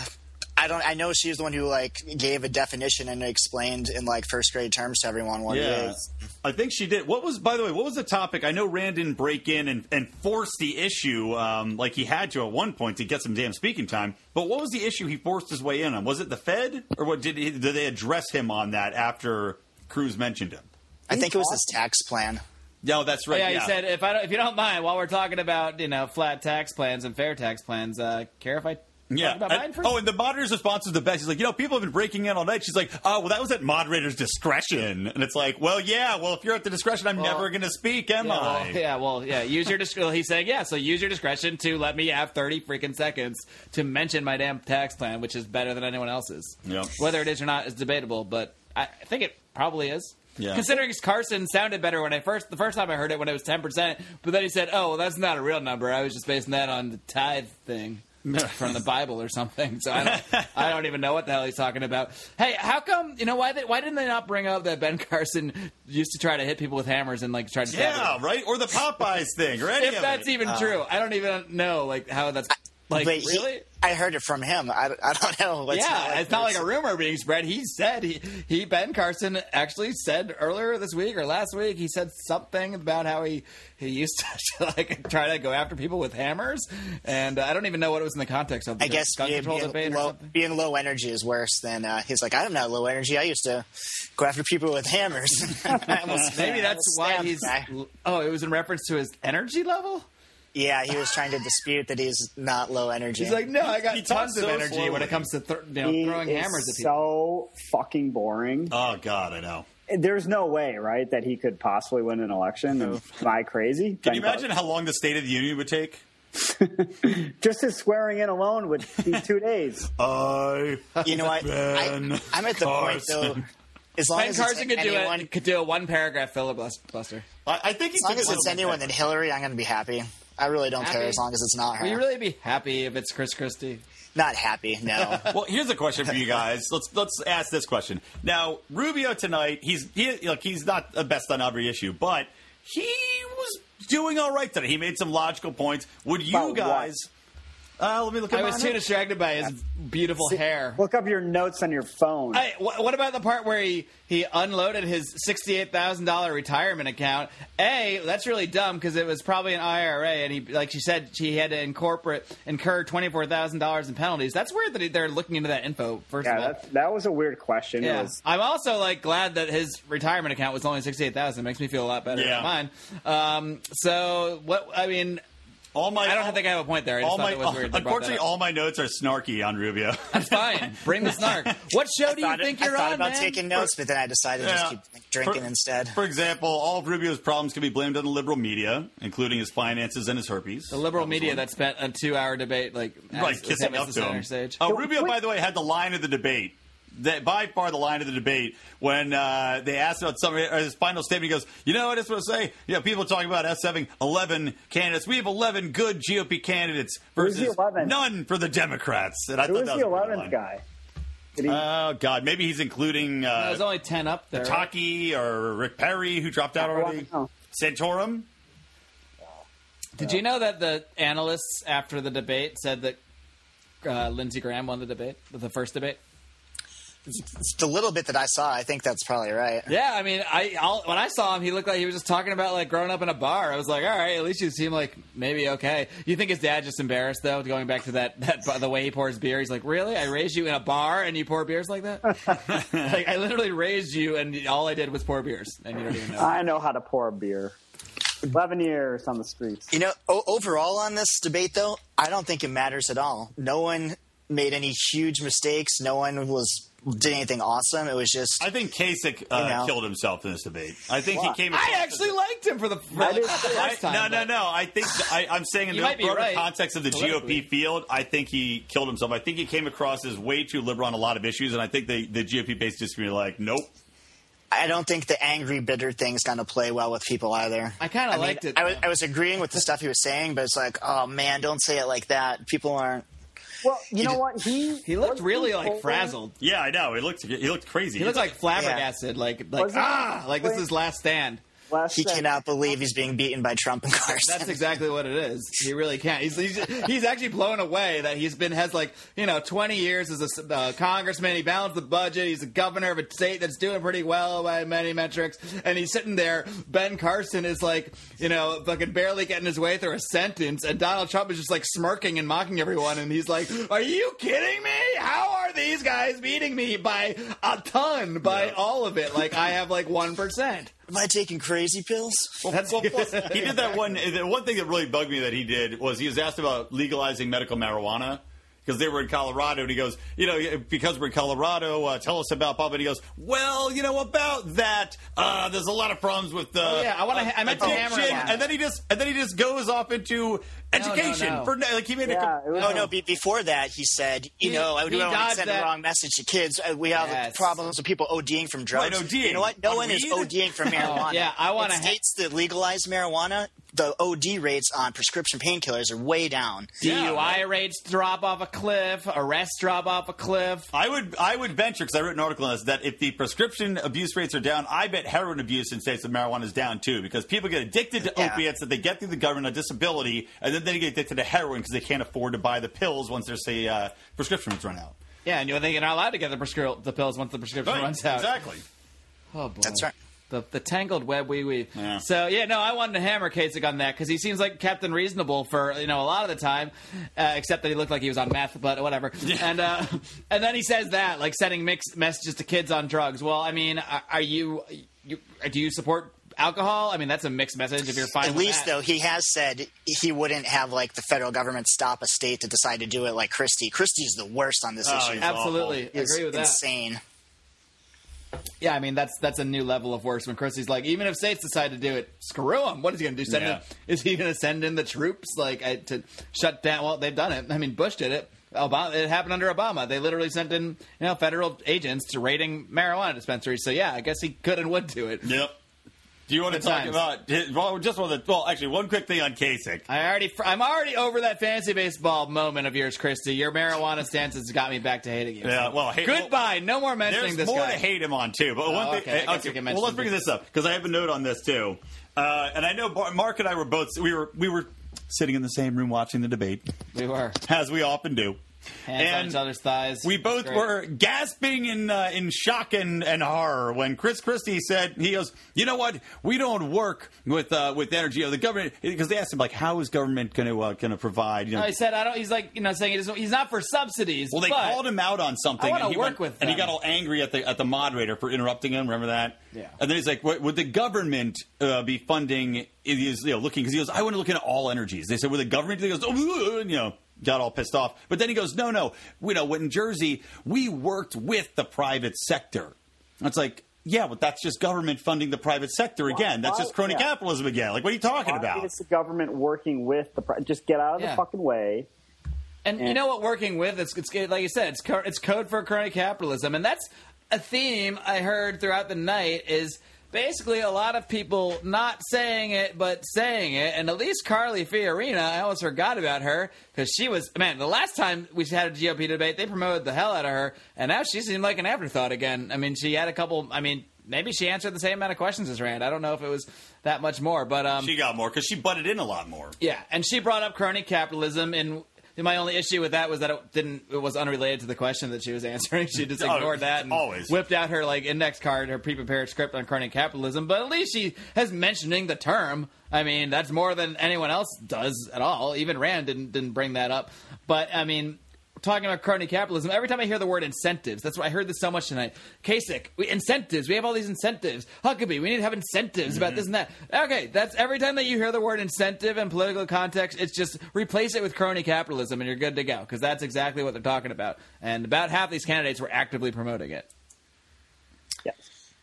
Speaker 4: I don't. I know she's the one who like gave a definition and explained in like first grade terms to everyone what it is.
Speaker 3: I think she did. What was, by the way, what was the topic? I know Rand didn't break in and, and force the issue um, like he had to at one point to get some damn speaking time. But what was the issue he forced his way in on? Was it the Fed, or what did he, did they address him on that after Cruz mentioned him?
Speaker 4: I think it was his tax plan.
Speaker 3: No, that's right.
Speaker 1: yeah, he said if I don't, if you don't mind, while we're talking about you know flat tax plans and fair tax plans, uh, care if I
Speaker 3: Yeah.
Speaker 1: about
Speaker 3: And-
Speaker 1: mine first?
Speaker 3: oh, and the moderator's response is the best. He's like, you know, people have been breaking in all night. She's like, oh, well, that was at moderator's discretion. And it's like, well, yeah, well, if you're at the discretion, I'm
Speaker 1: Well,
Speaker 3: never going to speak, am
Speaker 1: Yeah,
Speaker 3: I?
Speaker 1: well, yeah, well, yeah. Use your discretion. He's saying, yeah, so use your discretion to let me have 30 freaking seconds to mention my damn tax plan, which is better than anyone else's.
Speaker 3: Yep.
Speaker 1: Whether it is or not is debatable, but I I think it probably is.
Speaker 3: Yeah.
Speaker 1: Considering Carson sounded better when I first the first time I heard it when it was ten percent, but then he said, "Oh, well, that's not a real number. I was just basing that on the tithe thing from the Bible or something." So I don't, I don't even know what the hell he's talking about. Hey, how come you know why? They, why didn't they not bring up that Ben Carson used to try to hit people with hammers and like try to stab them?
Speaker 3: Yeah, right? Or the Popeyes thing, right?
Speaker 1: if that's even true. I don't even know like how that's like
Speaker 4: but he-
Speaker 1: really.
Speaker 4: I heard it from him. I, I don't know. What's
Speaker 1: yeah,
Speaker 4: not like
Speaker 1: it's not
Speaker 4: this.
Speaker 1: like a rumor being spread. He said he, he Ben Carson actually said earlier this week or last week he said something about how he he used to like try to go after people with hammers, and I don't even know what it was in the context of.
Speaker 4: I guess
Speaker 1: gun
Speaker 4: being,
Speaker 1: control
Speaker 4: being
Speaker 1: debate or
Speaker 4: low,
Speaker 1: something.
Speaker 4: being low energy is worse than uh, he's like. I'm not low energy. I used to go after people with hammers. I almost-
Speaker 1: Maybe
Speaker 4: I
Speaker 1: that's
Speaker 4: almost
Speaker 1: why
Speaker 4: stabbed
Speaker 1: he's.
Speaker 4: the guy.
Speaker 1: Oh, it was in reference to his energy level.
Speaker 4: Yeah, he was trying to dispute that he's not low energy.
Speaker 1: He's like, no, I got
Speaker 3: He talks
Speaker 1: tons of
Speaker 3: so
Speaker 1: energy when
Speaker 3: slowly.
Speaker 1: it comes to th- you know,
Speaker 5: He
Speaker 1: throwing
Speaker 5: is
Speaker 1: hammers at people.
Speaker 5: so fucking boring.
Speaker 3: Oh, God, I know.
Speaker 5: There's no way, right, that he could possibly win an election. Am I crazy?
Speaker 3: Can you imagine how long the State of the Union would take?
Speaker 5: Just his swearing in alone would be two days.
Speaker 3: I.
Speaker 4: you know what? I,
Speaker 3: Ben
Speaker 4: I'm at the point
Speaker 3: Carson.
Speaker 4: though. As long
Speaker 1: Ben
Speaker 4: as
Speaker 1: Carson
Speaker 4: it's
Speaker 1: could do
Speaker 4: anyone,
Speaker 1: it. Uh, Could do a one paragraph filibuster.
Speaker 3: I, I think he
Speaker 4: as long
Speaker 3: could
Speaker 4: as
Speaker 3: win
Speaker 4: it's
Speaker 3: with
Speaker 4: anyone
Speaker 3: that.
Speaker 4: than Hillary, I'm going to be happy. I really don't care
Speaker 1: Happy?
Speaker 4: as long as it's not her.
Speaker 1: Will you really be happy if it's Chris Christie?
Speaker 4: Not happy. No.
Speaker 3: Well, here's a question for you guys. Let's let's ask this question now. Rubio tonight, he's he, like he's not the best on every issue, but he was doing all right today. He made some logical points. Would you
Speaker 5: About what?
Speaker 3: guys? Uh, let me look. at
Speaker 1: I was too distracted by his beautiful hair.
Speaker 5: Look up your notes on your phone.
Speaker 1: I, wh- what about the part where he, he unloaded his sixty-eight thousand dollar retirement account? A, that's really dumb because it was probably an IRA, and he, like she said, she had to incorporate incur twenty-four thousand dollars in penalties. That's weird that he- they're looking into that info. First
Speaker 5: yeah,
Speaker 1: of all,
Speaker 5: that, that was a weird question. It
Speaker 1: Yeah.
Speaker 5: was-
Speaker 1: I'm also like glad that his retirement account was only sixty-eight thousand. Makes me feel a lot better
Speaker 3: Yeah.
Speaker 1: than mine. Um, so what? I mean,
Speaker 3: all my.
Speaker 1: I don't think I have a point there. I just
Speaker 3: all
Speaker 1: thought
Speaker 3: my.
Speaker 1: it was weird. they brought that
Speaker 3: unfortunately,
Speaker 1: up.
Speaker 3: all my notes are snarky on Rubio.
Speaker 1: That's fine. Bring the snark. What show do you
Speaker 4: Thought-
Speaker 1: think
Speaker 4: I
Speaker 1: you're
Speaker 4: thought
Speaker 1: on,
Speaker 4: about
Speaker 1: man?
Speaker 4: taking notes, but then I decided to
Speaker 3: Yeah.
Speaker 4: just keep drinking
Speaker 3: For-
Speaker 4: instead.
Speaker 3: For example, all of Rubio's problems can be blamed on the liberal media, including his finances and his herpes.
Speaker 1: the liberal media that spent a two-hour debate, like
Speaker 3: right,
Speaker 1: as-
Speaker 3: kissing
Speaker 1: as
Speaker 3: up
Speaker 1: the
Speaker 3: to
Speaker 1: center
Speaker 3: him.
Speaker 1: Stage.
Speaker 3: Uh, Rubio, by the way, had the line of the debate. That by far the line of the debate when uh, they asked about some or his final statement, he goes, "You know, I just want to say, you know, people talking about us having eleven candidates. We have eleven good GOP candidates
Speaker 5: Who's the
Speaker 3: versus
Speaker 5: 11th?
Speaker 3: none for the Democrats." And I
Speaker 5: who
Speaker 3: thought
Speaker 5: was
Speaker 3: that
Speaker 5: the
Speaker 3: was a good
Speaker 5: eleventh
Speaker 3: line.
Speaker 5: guy? Did he,
Speaker 3: Oh God, maybe he's including
Speaker 1: Uh, There's
Speaker 3: uh,
Speaker 1: only ten up there. right?
Speaker 3: Taki or Rick Perry, who dropped out
Speaker 5: I don't
Speaker 3: already.
Speaker 5: know.
Speaker 3: Santorum.
Speaker 1: Did you know that the analysts after the debate said that uh, Lindsey Graham won the debate, the first debate?
Speaker 4: the little bit that I saw, I think that's probably right.
Speaker 1: Yeah, I mean, I all, when I saw him, he looked like he was just talking about like growing up in a bar. I was like, all right, at least you seem like maybe okay. You think his dad just embarrassed though? Going back to that, that the way he pours beer, he's like, really? I raised you in a bar and you pour beers like that? like I literally raised you, and all I did was pour beers, and you don't even know.
Speaker 5: I know how to pour a beer. Eleven years on the streets.
Speaker 4: You know, o- overall on this debate, though, I don't think it matters at all. No one made any huge mistakes. No one was did anything awesome. It was just
Speaker 3: I think Kasich uh,
Speaker 4: You know.
Speaker 3: killed himself in this debate. I think
Speaker 5: Why?
Speaker 3: he came.
Speaker 1: I
Speaker 3: across as
Speaker 1: actually liked him for the, for
Speaker 5: I
Speaker 1: the
Speaker 5: did
Speaker 1: first
Speaker 3: I-
Speaker 1: time.
Speaker 3: no, no,
Speaker 1: but-
Speaker 3: no. I think I, I'm saying in
Speaker 1: You
Speaker 3: the
Speaker 1: might be
Speaker 3: broader
Speaker 1: right.
Speaker 3: context of the
Speaker 1: Politically.
Speaker 3: GOP field, I think he killed himself. I think he came across as way too liberal on a lot of issues, and I think the, the GOP base just be like, nope.
Speaker 4: I don't think the angry, bitter thing's going to play well with people either.
Speaker 1: I kinda
Speaker 4: mean,
Speaker 1: liked it,
Speaker 4: I was,
Speaker 1: though.
Speaker 4: I was agreeing with the stuff he was saying, but it's like, oh man, don't say it like that. People aren't.
Speaker 5: Well, you know what? He
Speaker 1: He looked
Speaker 5: wasn't
Speaker 1: really like
Speaker 5: polling-
Speaker 1: frazzled.
Speaker 3: Yeah, I know. He looked he looked crazy.
Speaker 1: He looked like flabbergasted, like like
Speaker 5: Wasn't he
Speaker 1: ah, like this
Speaker 5: playing-
Speaker 1: is last stand.
Speaker 5: Last
Speaker 4: He
Speaker 5: time.
Speaker 4: cannot believe he's being beaten by Trump and Carson.
Speaker 1: That's exactly what it is. He really can't. He's, he's he's actually blown away that he's been has like you know twenty years as a s- uh, congressman. He balanced the budget. He's a governor of a state that's doing pretty well by many metrics. And he's sitting there. Ben Carson is like you know fucking barely getting his way through a sentence, and Donald Trump is just like smirking and mocking everyone. And he's like, "Are you kidding me? How are these guys beating me by a ton? By all of it? Like I have like one percent."
Speaker 4: Am I taking crazy pills?
Speaker 1: That's
Speaker 3: Well, plus, he did that one. The one thing that really bugged me that he did was he was asked about legalizing medical marijuana because they were in Colorado, and he goes, you know, because we're in Colorado, uh, tell us about Bob. And he goes, well, you know, about that, uh, there's a lot of problems with uh,
Speaker 1: Oh, yeah, I wanna
Speaker 3: uh,
Speaker 1: ha- I meant to hammer
Speaker 3: addiction.
Speaker 1: on that.
Speaker 3: and then he just and then he just goes off into
Speaker 1: no,
Speaker 3: education
Speaker 1: no.
Speaker 3: for no, like he made a.
Speaker 5: Yeah,
Speaker 3: com-
Speaker 5: it was
Speaker 4: Oh no! Be- before that, he said,
Speaker 1: He-
Speaker 4: "You know, I
Speaker 1: he
Speaker 4: don't want
Speaker 1: dodged
Speaker 4: to send
Speaker 1: that-
Speaker 4: the wrong message to kids. Uh, We have
Speaker 1: Yes.
Speaker 4: problems with people ODing from drugs.
Speaker 3: Right, ODing.
Speaker 4: You know what? No
Speaker 3: On
Speaker 4: one is
Speaker 3: weed?
Speaker 4: ODing from marijuana.
Speaker 1: Oh, yeah, I wanna
Speaker 4: In
Speaker 1: ha-
Speaker 4: states that legalize marijuana. The OD rates on prescription painkillers are way down.
Speaker 1: DUI rates drop off a cliff, arrests drop off a cliff.
Speaker 3: I would I would venture because I wrote an article on this that if the prescription abuse rates are down, I bet heroin abuse in states of marijuana is down too because people get addicted to
Speaker 4: Yeah.
Speaker 3: opiates that they get through the government on disability, and then they get addicted to heroin because they can't afford to buy the pills once their say uh, prescriptions run out.
Speaker 1: Yeah, and you know, they're not allowed to get the, prescri- the pills once the prescription runs out.
Speaker 3: Exactly.
Speaker 1: Oh, boy.
Speaker 4: That's right.
Speaker 1: The, the tangled web we weave.
Speaker 3: Yeah.
Speaker 1: So yeah, no, I wanted to hammer Kasich on that because he seems like Captain Reasonable for you know a lot of the time, uh, except that he looked like he was on meth, but whatever. And uh, and then he says that like sending mixed messages to kids on drugs. Well, I mean, are, are you, you do you support alcohol? I mean, that's a mixed message if you're fine.
Speaker 4: At
Speaker 1: with
Speaker 4: least,
Speaker 1: that.
Speaker 4: though, he has said he wouldn't have like the federal government stop a state to decide to do it. Like Christie, Christie's the worst on this
Speaker 3: Oh,
Speaker 4: issue.
Speaker 3: yeah.
Speaker 1: absolutely
Speaker 4: He's
Speaker 1: agree with that.
Speaker 4: insane.
Speaker 1: Yeah, I mean that's that's a new level of worse when Christie's like, even if states decide to do it, screw him. What is he going to do? Send
Speaker 3: Yeah.
Speaker 1: in, is he going to send in the troops like I, to shut down? Well, they've done it. I mean, Bush did it. Obama, it happened under Obama. They literally sent in you know federal agents to raiding marijuana dispensaries. So yeah, I guess he could and would do it.
Speaker 3: Yep. Do you want to
Speaker 1: Good
Speaker 3: talk
Speaker 1: times.
Speaker 3: about well, just one of the well, actually, one quick thing on Kasich.
Speaker 1: I already, I'm already over that fantasy baseball moment of yours, Christie. Your marijuana stance has got me back to hating you.
Speaker 3: Yeah, well, hey-
Speaker 1: goodbye. no more mentioning this
Speaker 3: There's more
Speaker 1: guy. Oh,
Speaker 3: to hate him on too. But one
Speaker 1: okay. I
Speaker 3: thing,
Speaker 1: guess
Speaker 3: eh,
Speaker 1: we can mention
Speaker 3: well, let's bring
Speaker 1: this.
Speaker 3: this up because I have a note on this too, uh, and I know Bar- Mark and I were both we were we were sitting in the same room watching the debate,
Speaker 1: we were
Speaker 3: as we often do,
Speaker 1: hands on
Speaker 3: and
Speaker 1: each other's thighs.
Speaker 3: we
Speaker 1: It's
Speaker 3: both
Speaker 1: great.
Speaker 3: were gasping in uh, in shock and, and horror when Chris Christie said he goes, you know what, we don't work with uh, with energy or the government because they asked him like, how is government going to uh, going to provide? You know,
Speaker 1: No, he said I don't. He's like you know saying he doesn't, he's not for subsidies.
Speaker 3: Well, they
Speaker 1: but-
Speaker 3: called him out on something.
Speaker 1: I wanna
Speaker 3: and he
Speaker 1: work
Speaker 3: went-
Speaker 1: with
Speaker 3: And he
Speaker 1: them.
Speaker 3: got all angry at the at the moderator for interrupting him. Remember that?
Speaker 1: Yeah.
Speaker 3: And then he's like, "What- "Would the government uh, be funding?" He's you know looking because he goes, "I want to look into all energies." They said, "Would the government?" He goes, "Oh," and, you know. Got all pissed off, but then he goes, "No, no, you know, in Jersey, we worked with the private sector." And It's like, yeah, but that's just government funding the private sector again. That's
Speaker 5: why-
Speaker 3: just crony
Speaker 5: yeah.
Speaker 3: capitalism again. Like, what are you talking about?
Speaker 5: It's the government working with the. Pri- just get out of
Speaker 1: Yeah.
Speaker 5: the fucking way.
Speaker 1: And you know what? Working with it's, it's like you said, it's co- it's code for crony capitalism, and that's a theme I heard throughout the night. Is basically a lot of people not saying it, but saying it. And at least Carly Fiorina, I almost forgot about her because she was man. The last time we had a GOP debate, they promoted the hell out of her, and now she seemed like an afterthought again. I mean, she had a couple. I mean, maybe she answered the same amount of questions as Rand. I don't know if it was that much more, but um,
Speaker 3: she got more because she butted in a lot more.
Speaker 1: yeah, and she brought up crony capitalism, and my only issue with that was that it didn't. It was unrelated to the question that she was answering. She just
Speaker 3: Oh,
Speaker 1: ignored that and
Speaker 3: always.
Speaker 1: whipped out her like index card, her pre-prepared script on crony capitalism. But at least she has mentioning the term. I mean, that's more than anyone else does at all. Even Rand didn't didn't bring that up. But I mean. Talking about crony capitalism, every time I hear the word incentives, that's why I heard this so much tonight. Kasich, we, incentives, we have all these incentives. Huckabee, we need to have incentives about this and that. Okay, that's every time that you hear the word incentive in political context, it's just replace it with crony capitalism and you're good to go because that's exactly what they're talking about. And about half these candidates were actively promoting it.
Speaker 5: Yes.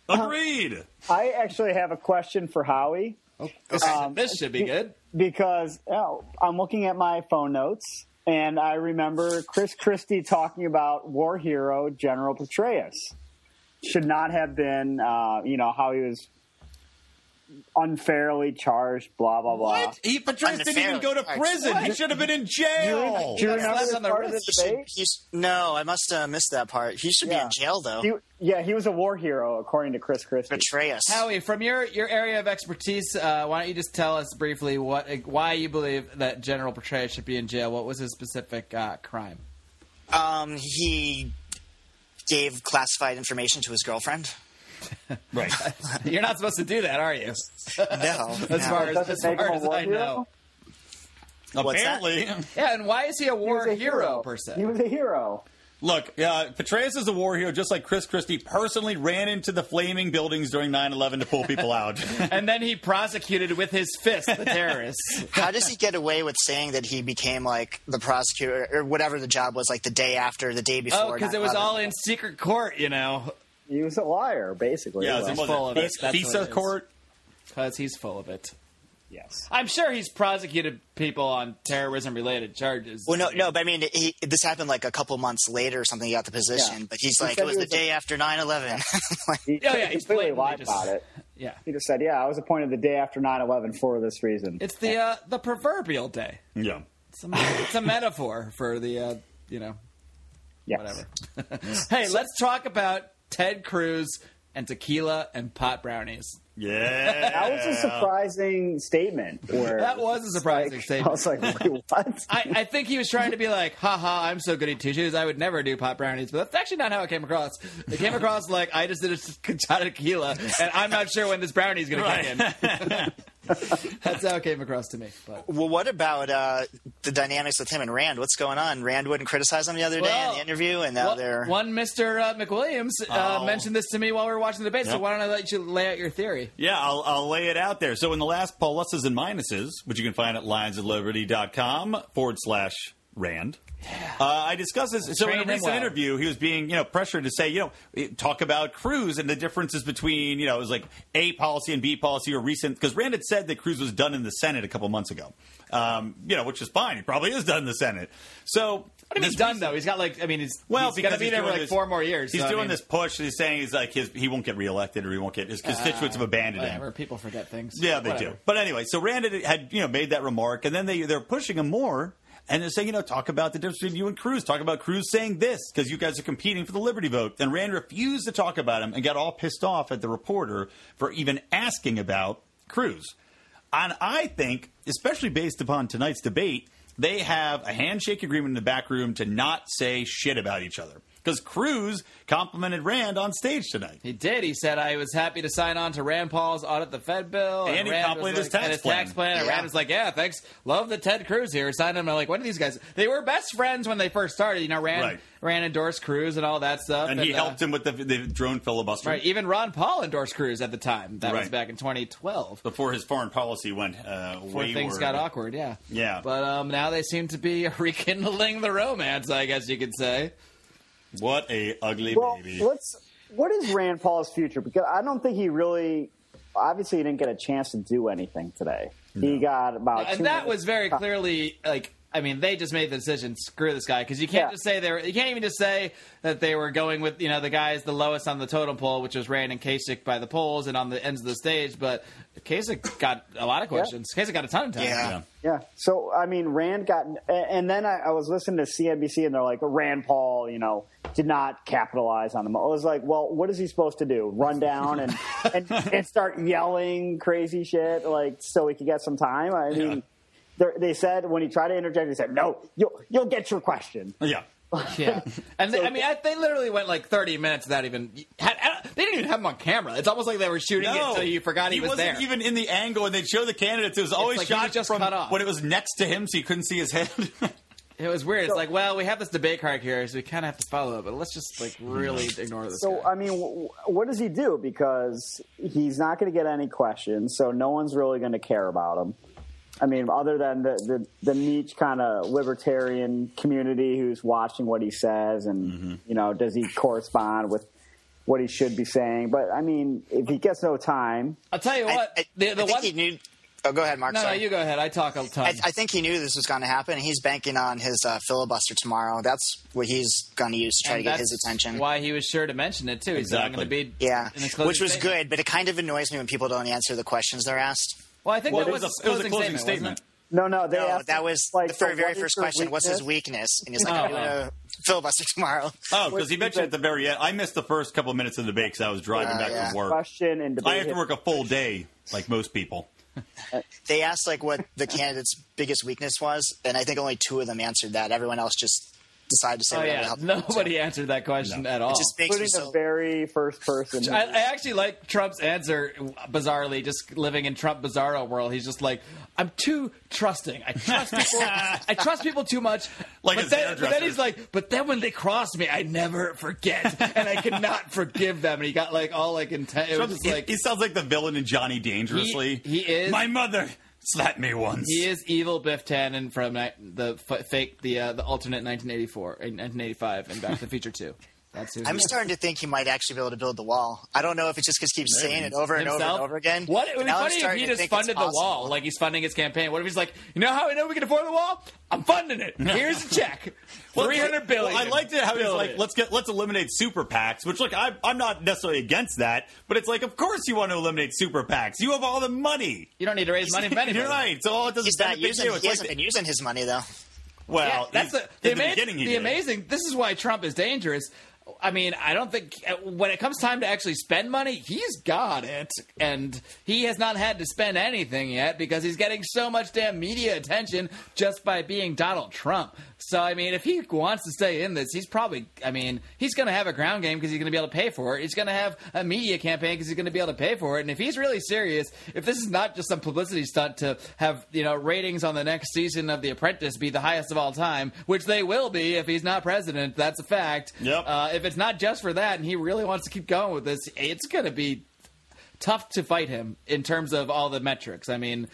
Speaker 3: Agreed.
Speaker 5: I actually have a question for Howie
Speaker 1: This, this should be good.
Speaker 5: because oh, I'm looking at my phone notes and I remember Chris Christie talking about war hero General Petraeus. Should not have been, uh, you know, how he was unfairly charged, blah, blah, blah.
Speaker 3: What? He Patrice didn't even
Speaker 4: Unfairly
Speaker 3: go to
Speaker 4: charged.
Speaker 3: prison. He should have been in jail.
Speaker 5: Do you
Speaker 1: got
Speaker 5: remember
Speaker 1: slapped
Speaker 5: this
Speaker 1: on the
Speaker 5: part of
Speaker 1: wrist.
Speaker 5: the
Speaker 4: He should,
Speaker 5: debate?
Speaker 4: he's, no, I must have missed that part. He should be
Speaker 5: Yeah.
Speaker 4: in jail though.
Speaker 5: He- yeah, he was a war hero, according to Chris Christie.
Speaker 4: Betray us.
Speaker 1: Howie, from your, your area of expertise, uh, why don't you just tell us briefly what why you believe that General Petraeus should be in jail? What was his specific uh, crime?
Speaker 4: Um, he gave classified information to his girlfriend.
Speaker 3: Right.
Speaker 1: You're not supposed to do that, are you?
Speaker 4: No,
Speaker 1: As
Speaker 4: no.
Speaker 1: far as,
Speaker 5: Doesn't
Speaker 1: as,
Speaker 5: make him
Speaker 1: far
Speaker 5: a
Speaker 1: as
Speaker 5: war
Speaker 1: I
Speaker 5: hero?
Speaker 1: know.
Speaker 4: What's that?
Speaker 3: Apparently,
Speaker 1: Yeah, and why is he a war
Speaker 5: He was a
Speaker 1: hero, per se?
Speaker 5: He was a hero.
Speaker 3: Look, uh, Petraeus is a war hero, just like Chris Christie personally ran into the flaming buildings during 9 11 to pull people out.
Speaker 1: And then he prosecuted with his fist the terrorists.
Speaker 4: How does he get away with saying that he became like the prosecutor or whatever the job was, like the day after, the day before?
Speaker 1: oh, because it was
Speaker 4: 9/11?
Speaker 1: all in secret court, you know.
Speaker 5: He was a liar, basically.
Speaker 3: yeah,
Speaker 5: Well,
Speaker 3: it was
Speaker 1: full of it.
Speaker 3: Fis-
Speaker 1: That's
Speaker 3: Fisa
Speaker 1: what it is.
Speaker 3: court.
Speaker 1: Because he's full of it.
Speaker 5: yes.
Speaker 1: I'm sure he's prosecuted people on terrorism related charges.
Speaker 4: Well, no, no, but I mean, he, this happened like a couple months later or something. He got the position,
Speaker 5: Yeah.
Speaker 4: but he's
Speaker 5: He
Speaker 4: like, it
Speaker 5: said
Speaker 4: was
Speaker 5: he
Speaker 4: the
Speaker 5: was a-
Speaker 4: day after 9 11.
Speaker 5: He
Speaker 1: Yeah, yeah, he's
Speaker 5: completely
Speaker 1: blatantly
Speaker 5: lied
Speaker 1: just-
Speaker 5: about it.
Speaker 1: Yeah.
Speaker 5: He just said, "Yeah, I was appointed the day after 9/11 for this reason."
Speaker 1: It's the uh, the proverbial day.
Speaker 3: Yeah.
Speaker 1: It's a, it's a metaphor for the, uh, you know,
Speaker 5: yes.
Speaker 1: whatever. hey, let's talk about Ted Cruz and tequila and pot brownies.
Speaker 3: Yeah.
Speaker 5: That was a surprising statement. Where
Speaker 1: That was a surprising
Speaker 5: I
Speaker 1: statement.
Speaker 5: was like, "Wait, what?"
Speaker 1: I, I think he was trying to be like, "Ha ha, I'm so good at two shoes. I would never do pot brownies, but that's actually not how it came across. It came across like I just did a shot of tequila, and I'm not sure when this brownie's going
Speaker 3: Right.
Speaker 1: to kick in. that's how it came across to me. But.
Speaker 4: well, what about uh, the dynamics with him and Rand? What's going on? Rand wouldn't criticize him the other day
Speaker 1: Well,
Speaker 4: in the interview, and now
Speaker 1: Well,
Speaker 4: they're.
Speaker 1: One Mr. Uh, McWilliams uh,
Speaker 3: Oh.
Speaker 1: mentioned this to me while we were watching the debate, so
Speaker 3: Yep.
Speaker 1: why don't I let you lay out your theory?
Speaker 3: Yeah, I'll, I'll lay it out there. So in the last pluses and minuses, which you can find at lionsofliberty.com forward slash Rand. Uh, I discussed this. So in
Speaker 1: Train
Speaker 3: a
Speaker 1: him
Speaker 3: recent
Speaker 1: well.
Speaker 3: interview, he was being, you know, pressured to say, you know, it- talk about Cruz and the differences between, you know, it was like A policy and B policy or recent, because Rand had said that Cruz was done in the Senate a couple months ago, um, you know, which is fine. He probably is done in the Senate. So
Speaker 1: What do you mean
Speaker 3: this
Speaker 1: he's done
Speaker 3: recent-
Speaker 1: though? He's got like I mean he's
Speaker 3: well,
Speaker 1: he's
Speaker 3: because
Speaker 1: gonna be
Speaker 3: he's
Speaker 1: there for
Speaker 3: doing
Speaker 1: like
Speaker 3: this-
Speaker 1: four more years.
Speaker 3: He's
Speaker 1: so, I
Speaker 3: doing
Speaker 1: mean, Ah.
Speaker 3: this push. He's saying he's like his he won't get reelected or he won't get his constituents have abandoned him.
Speaker 1: Whatever, people forget things.
Speaker 3: Yeah, they
Speaker 1: Whatever.
Speaker 3: do. But anyway, so Rand had- had you know made that remark, and then they they're pushing him more, and they're saying you know talk about the difference between you and Cruz, talk about Cruz saying this because you guys are competing for the Liberty vote, and Rand refused to talk about him and got all pissed off at the reporter for even asking about Cruz. And I think, especially based upon tonight's debate, they have a handshake agreement in the back room to not say shit about each other. Because Cruz complimented Rand on stage tonight.
Speaker 1: He did. He said, I was happy to sign on to Rand Paul's audit the Fed bill.
Speaker 3: And he
Speaker 1: Rand
Speaker 3: complimented
Speaker 1: was
Speaker 3: his
Speaker 1: like-
Speaker 3: tax
Speaker 1: and
Speaker 3: plan.
Speaker 1: tax plan. And
Speaker 4: Yeah.
Speaker 1: Rand was like, yeah, thanks. Love the Ted Cruz here. Signed him. I'm like, what are these guys? They were best friends when they first started. You know, Rand,
Speaker 3: Right.
Speaker 1: Rand endorsed Cruz and all that stuff.
Speaker 3: And he
Speaker 1: uh,
Speaker 3: helped him with the, the drone filibuster.
Speaker 1: Right. Even Ron Paul endorsed Cruz at the time. That was
Speaker 3: Right.
Speaker 1: back in 2012.
Speaker 3: before his foreign policy went uh,
Speaker 1: Before
Speaker 3: wayward.
Speaker 1: things got awkward, yeah.
Speaker 3: Yeah.
Speaker 1: But um, now they seem to be rekindling the romance, I guess you could say.
Speaker 3: What a ugly
Speaker 5: Well,
Speaker 3: baby.
Speaker 5: let's. What is Rand Paul's future? Because I don't think he really. Obviously, he didn't get a chance to do anything today. He got about. two
Speaker 1: and Uh, that
Speaker 5: minutes-
Speaker 1: was very clearly like I mean they just made the decision screw this guy because you can't
Speaker 5: Yeah.
Speaker 1: just say they were you can't even just say that they were going with you know the guys the lowest on the totem pole which was Rand and Kasich by the polls and on the ends of the stage but Kasich got a lot of questions Kasich got a ton of time
Speaker 4: Yeah.
Speaker 3: Yeah.
Speaker 5: Yeah. So I mean, Rand got, and then I, I was listening to CNBC, and they're like, Rand Paul, you know, did not capitalize on the. mo-" I was like, well, what is he supposed to do? Run down and and, and start yelling crazy shit like so he could get some time? I mean. they're They said when he tried to interject, they said, "No, you'll you'll get your question."
Speaker 3: yeah.
Speaker 1: Yeah. and they, I mean I, they literally went like 30 minutes without even had, they didn't even have him on camera it's almost like they were shooting it until you forgot he, was
Speaker 3: wasn't
Speaker 1: there
Speaker 3: even in the angle, and they'd show the candidates. It was always
Speaker 1: like he
Speaker 3: shot
Speaker 1: was just
Speaker 3: from
Speaker 1: cut off.
Speaker 3: when it was next to him, so you couldn't see his head.
Speaker 1: it was weird it's like well we have this debate card here so we kind of have to follow it but let's just like really ignore this
Speaker 5: So
Speaker 1: guy.
Speaker 5: I mean, w- what does he do? Because he's not going to get any questions, so no one's really going to care about him. I mean, other than the the, the niche kind of libertarian community who's watching what he says, and
Speaker 4: Mm-hmm.
Speaker 5: you know, does he correspond with what he should be saying? But I mean, if he gets no time,
Speaker 1: I'll tell you
Speaker 4: I,
Speaker 1: what.
Speaker 4: I-
Speaker 1: the
Speaker 4: I
Speaker 1: the
Speaker 4: think
Speaker 1: one.
Speaker 4: he knew. Oh, go ahead, Mark.
Speaker 1: no, no,
Speaker 4: sorry.
Speaker 1: you go ahead. I talk a ton.
Speaker 4: I, I think he knew this was going to happen. and He's banking on his uh, filibuster tomorrow. That's what he's going to use to try
Speaker 1: And
Speaker 4: to get
Speaker 1: that's
Speaker 4: his attention.
Speaker 1: Why he was sure to mention it too. He's not going
Speaker 3: Exactly.
Speaker 1: to be
Speaker 4: yeah,
Speaker 1: in his closing
Speaker 4: which was
Speaker 1: statement.
Speaker 4: good, but it kind of annoys me when people don't answer the questions they're asked.
Speaker 1: Well, I think
Speaker 3: well,
Speaker 1: that
Speaker 3: it was, a, it was a closing
Speaker 1: wasn't
Speaker 3: statement.
Speaker 1: it?
Speaker 5: no, no, they
Speaker 4: No,
Speaker 5: asked
Speaker 4: that
Speaker 5: him,
Speaker 4: was
Speaker 5: like
Speaker 4: the very,
Speaker 5: so
Speaker 4: very
Speaker 5: what is
Speaker 4: first
Speaker 5: your
Speaker 4: question. What's his weakness?
Speaker 5: weakness?
Speaker 4: And he's like, I'm
Speaker 1: Oh.
Speaker 4: doing a filibuster tomorrow.
Speaker 3: Oh, because he
Speaker 5: What's
Speaker 3: mentioned
Speaker 5: the-
Speaker 3: at the very end. I missed the first couple minutes of the debate because I was driving
Speaker 4: Yeah,
Speaker 3: back
Speaker 4: yeah.
Speaker 3: from work.
Speaker 5: Question and debate.
Speaker 3: I have to work a full day, like most people.
Speaker 4: They asked like what the candidate's biggest weakness was, and I think only two of them answered that. Everyone else just decide to say
Speaker 1: Oh
Speaker 4: whatever the
Speaker 1: yeah,
Speaker 4: hell they want to.
Speaker 1: nobody answered that question at all.
Speaker 4: It just makes me
Speaker 6: Including the
Speaker 4: so.
Speaker 6: very first person.
Speaker 1: I, I actually like Trump's answer bizarrely, just living in Trump bizarro world. He's just like, I'm too trusting. I trust people. I trust people too much.
Speaker 3: Like
Speaker 1: but
Speaker 3: his
Speaker 1: then, but then
Speaker 3: hairdresser.
Speaker 1: he's like, but then when they cross me, I never forget, and I cannot forgive them. And he got like all like intent. It was just
Speaker 3: He-
Speaker 1: like
Speaker 3: he sounds like the villain in Johnny Dangerously.
Speaker 1: He- he is-
Speaker 3: My mother slapped me once.
Speaker 1: he is evil Biff Tannen from ni- the f- fake the uh, the alternate 1984 and 1985 and Back to the Future Two. That's who he
Speaker 4: I'm
Speaker 1: is.
Speaker 4: starting to think he might actually be able to build the wall. I don't know if it's just because he keeps saying it over and over
Speaker 1: himself.
Speaker 4: and over again.
Speaker 1: What it would
Speaker 4: but
Speaker 1: be
Speaker 4: now I'm
Speaker 1: funny if
Speaker 4: starting
Speaker 1: he
Speaker 4: to
Speaker 1: just
Speaker 4: think it's
Speaker 1: funded the wall,
Speaker 4: possible.
Speaker 1: like he's funding his campaign. What if he's like, you know how I know we can afford the wall? I'm funding it. Here's a check,
Speaker 3: Well,
Speaker 1: three hundred billion.
Speaker 3: well, I liked it how he's
Speaker 1: Billion.
Speaker 3: like, let's get let's eliminate super PACs, which look, I, I'm not necessarily against that, but it's like, of course you want to eliminate super PACs. You have all the money.
Speaker 1: You don't need to raise money from anybody.
Speaker 3: You're right. So all it doesn't
Speaker 4: He's not
Speaker 3: benefit
Speaker 4: using.
Speaker 3: you.
Speaker 4: He
Speaker 3: It's like
Speaker 4: hasn't been using his money though.
Speaker 3: well,
Speaker 1: Yeah, that's the,
Speaker 3: he's- at
Speaker 1: the,
Speaker 3: the
Speaker 1: ama-
Speaker 3: beginning. He
Speaker 1: the
Speaker 3: did.
Speaker 1: amazing. This is why Trump is dangerous. I mean, I don't think when it comes time to actually spend money, he's got it, and he has not had to spend anything yet because he's getting so much damn media attention just by being Donald Trump. So, I mean, if he wants to stay in this, he's probably. I mean, he's going to have a ground game because he's going to be able to pay for it. He's going to have a media campaign because he's going to be able to pay for it. And if he's really serious, if this is not just some publicity stunt to have you know ratings on the next season of The Apprentice be the highest of all time, which they will be if he's not president, that's a fact.
Speaker 3: Yep.
Speaker 1: Uh, if it's not just for that, and he really wants to keep going with this, it's going to be tough to fight him in terms of all the metrics. I mean,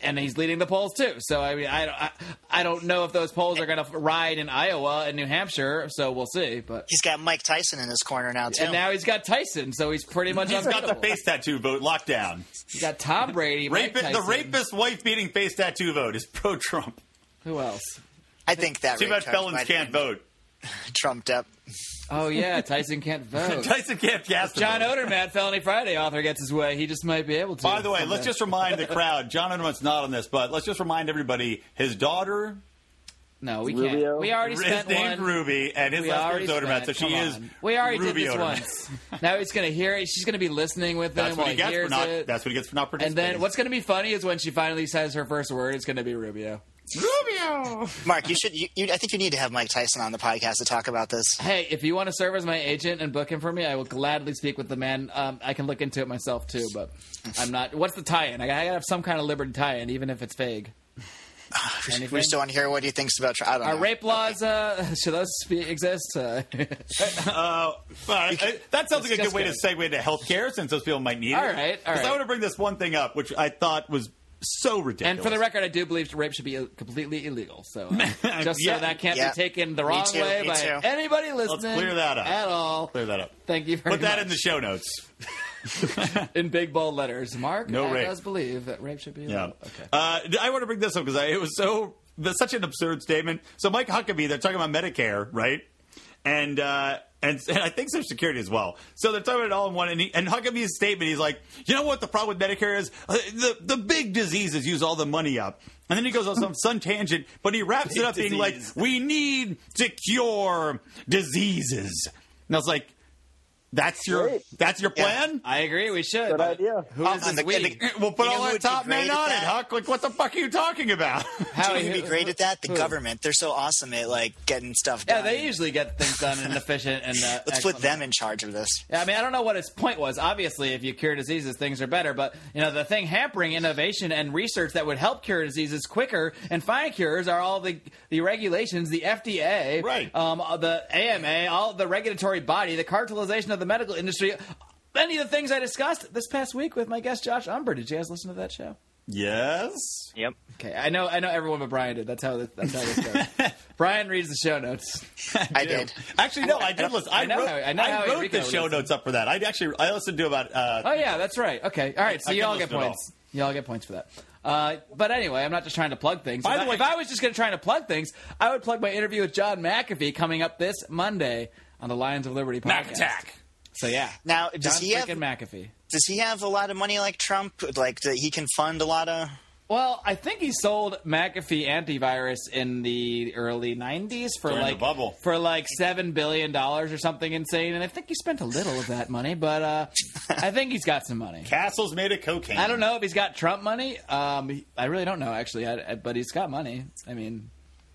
Speaker 1: and he's leading the polls too. So I mean, I don't, I, I don't know if those polls are going to ride in Iowa and New Hampshire. So we'll see. But
Speaker 4: He's got Mike Tyson in his corner now too.
Speaker 1: and now he's got Tyson, so he's pretty much
Speaker 3: He's got the
Speaker 1: unbeatable.
Speaker 3: face tattoo vote locked down.
Speaker 1: He's got Tom Brady, Mike
Speaker 3: Rapi- the
Speaker 1: Tyson.
Speaker 3: rapist wife beating face tattoo vote is pro Trump.
Speaker 1: Who else?
Speaker 4: I think that
Speaker 3: Too
Speaker 4: rate
Speaker 3: bad
Speaker 4: card
Speaker 3: felons
Speaker 4: might
Speaker 3: can't
Speaker 4: have
Speaker 3: vote.
Speaker 4: been trumped up.
Speaker 1: Oh yeah, Tyson can't vote.
Speaker 3: Tyson can't cast a
Speaker 1: John
Speaker 3: vote.
Speaker 1: Odermatt, Felony Friday author, gets his way. He just might be able to.
Speaker 3: By the way, let's just remind the crowd. John Odermatt's not on this, but let's just remind everybody. His daughter
Speaker 1: no, we
Speaker 6: Rubio.
Speaker 1: can't. We already
Speaker 3: is
Speaker 1: spent
Speaker 3: named
Speaker 1: one.
Speaker 3: Ruby, and his
Speaker 1: we
Speaker 3: last name
Speaker 1: already
Speaker 3: is Odermatt, so
Speaker 1: spent-
Speaker 3: she
Speaker 1: come
Speaker 3: is.
Speaker 1: on. We already
Speaker 3: Ruby
Speaker 1: did this
Speaker 3: Odermatt.
Speaker 1: once. now he's going to hear it. She's going to be listening with
Speaker 3: That's
Speaker 1: him while
Speaker 3: what he
Speaker 1: he
Speaker 3: gets for
Speaker 1: hears
Speaker 3: not.
Speaker 1: it.
Speaker 3: That's what he gets for not
Speaker 1: and
Speaker 3: participating.
Speaker 1: then what's going to be funny is when she finally says her first word, it's going to be Rubio.
Speaker 4: Mark, you should. You, you, I think you need to have Mike Tyson on the podcast to talk about this.
Speaker 1: Hey, if you want to serve as my agent and book him for me, I will gladly speak with the man. Um, I can look into it myself too, but I'm not. What's the tie-in? I gotta I gotta have some kind of liberty tie-in, even if it's vague.
Speaker 4: We just want to hear what he thinks about. Trump. I don't
Speaker 1: Are
Speaker 4: know.
Speaker 1: rape laws? Uh, should those be, exist? Uh,
Speaker 3: All right, I- uh, that sounds like a
Speaker 1: Let's
Speaker 3: good way to
Speaker 1: just
Speaker 3: segue to healthcare, since those people might need
Speaker 1: All
Speaker 3: it.
Speaker 1: right, all
Speaker 3: 'Cause I
Speaker 1: right.
Speaker 3: want to bring this one thing up, which I thought was so ridiculous.
Speaker 1: and for the record, I do believe rape should be uh, completely illegal. So uh, just
Speaker 3: Yeah.
Speaker 1: so that can't
Speaker 4: Yeah.
Speaker 1: be taken the
Speaker 4: Me
Speaker 1: wrong
Speaker 4: too,
Speaker 1: way
Speaker 4: me
Speaker 1: by
Speaker 4: too.
Speaker 1: anybody listening.
Speaker 3: clear that up.
Speaker 1: at all.
Speaker 3: clear that up.
Speaker 1: Thank you very
Speaker 3: Put that
Speaker 1: much.
Speaker 3: in the show notes.
Speaker 1: in big bold letters. Mark
Speaker 3: No
Speaker 1: uh,
Speaker 3: rape.
Speaker 1: does believe that rape should be
Speaker 3: Yeah.
Speaker 1: illegal. Okay.
Speaker 3: Uh, I want to bring this up because it was so that's such an absurd statement. So Mike Huckabee, they're talking about Medicare, right? And uh, and and I think Social Security as well. So they're talking about it all in one. And, he, and Huckabee's statement, he's like, you know what the problem with Medicare is? Uh, the the big diseases use all the money up. And then he goes on some sun tangent, but he wraps it up being like,
Speaker 1: disease.
Speaker 3: we need to cure diseases. And I was like, that's your
Speaker 6: Great.
Speaker 3: that's your
Speaker 4: Yeah.
Speaker 3: plan.
Speaker 1: I agree. We should.
Speaker 6: Good
Speaker 1: but
Speaker 6: idea.
Speaker 1: Who is this
Speaker 4: On the-
Speaker 1: we?
Speaker 4: in the-
Speaker 3: We'll put
Speaker 4: You know
Speaker 3: all
Speaker 4: who
Speaker 3: our
Speaker 4: would
Speaker 3: top
Speaker 4: be great
Speaker 3: men
Speaker 4: at
Speaker 3: on it,
Speaker 4: that?
Speaker 3: Huck. Like, what the fuck are you talking about?
Speaker 1: Howie,
Speaker 4: Who'd be
Speaker 1: who-
Speaker 4: great at that? The
Speaker 1: who-
Speaker 4: government. They're so awesome at like getting stuff
Speaker 1: Yeah,
Speaker 4: done.
Speaker 1: they usually get things done and efficient. And uh,
Speaker 4: Let's
Speaker 1: excellent.
Speaker 4: put them in charge of this.
Speaker 1: Yeah, I mean, I don't know what his point was. Obviously, if you cure diseases, things are better. But you know, the thing hampering innovation and research that would help cure diseases quicker and find cures are all the the regulations, the FDA,
Speaker 3: Right.
Speaker 1: Um, the AMA, all the regulatory body, the cartelization of the medical industry. Many of the things I discussed this past week with my guest Josh Umber. Did you guys listen to that show?
Speaker 3: yes.
Speaker 4: Yep.
Speaker 1: Okay, I know, I know everyone but Brian did. That's how this, that's how this goes. Brian reads the show notes.
Speaker 4: I did.
Speaker 3: Actually, no, I did listen. I,
Speaker 1: I know
Speaker 3: wrote,
Speaker 1: how- I know how
Speaker 3: wrote
Speaker 1: Enrico
Speaker 3: the show
Speaker 1: listens.
Speaker 3: notes up for that. I actually, I listened to about. Uh,
Speaker 1: Oh yeah, that's right. Okay, all right. So
Speaker 3: I
Speaker 1: you
Speaker 3: can
Speaker 1: all get
Speaker 3: listen to it
Speaker 1: points. You all get points for that. Uh, but anyway, I'm not just trying to plug things.
Speaker 3: By
Speaker 1: if,
Speaker 3: the
Speaker 1: I,
Speaker 3: way-
Speaker 1: if I was just going to try to plug things, I would plug my interview with John McAfee coming up this Monday on the Lions of Liberty podcast. So yeah,
Speaker 4: Now, does
Speaker 1: John
Speaker 4: he have
Speaker 1: freaking McAfee.
Speaker 4: does he have a lot of money like Trump? Like that he can fund a lot of.
Speaker 1: Well, I think he sold McAfee antivirus in the early '90s for
Speaker 3: During the
Speaker 1: like
Speaker 3: bubble.
Speaker 1: for like seven billion dollars or something insane, and I think he spent a little of that money, but uh, I think he's got some money.
Speaker 3: Castles made of cocaine.
Speaker 1: I don't know if he's got Trump money. Um, he- I really don't know actually, I, I- but he's got money. I mean,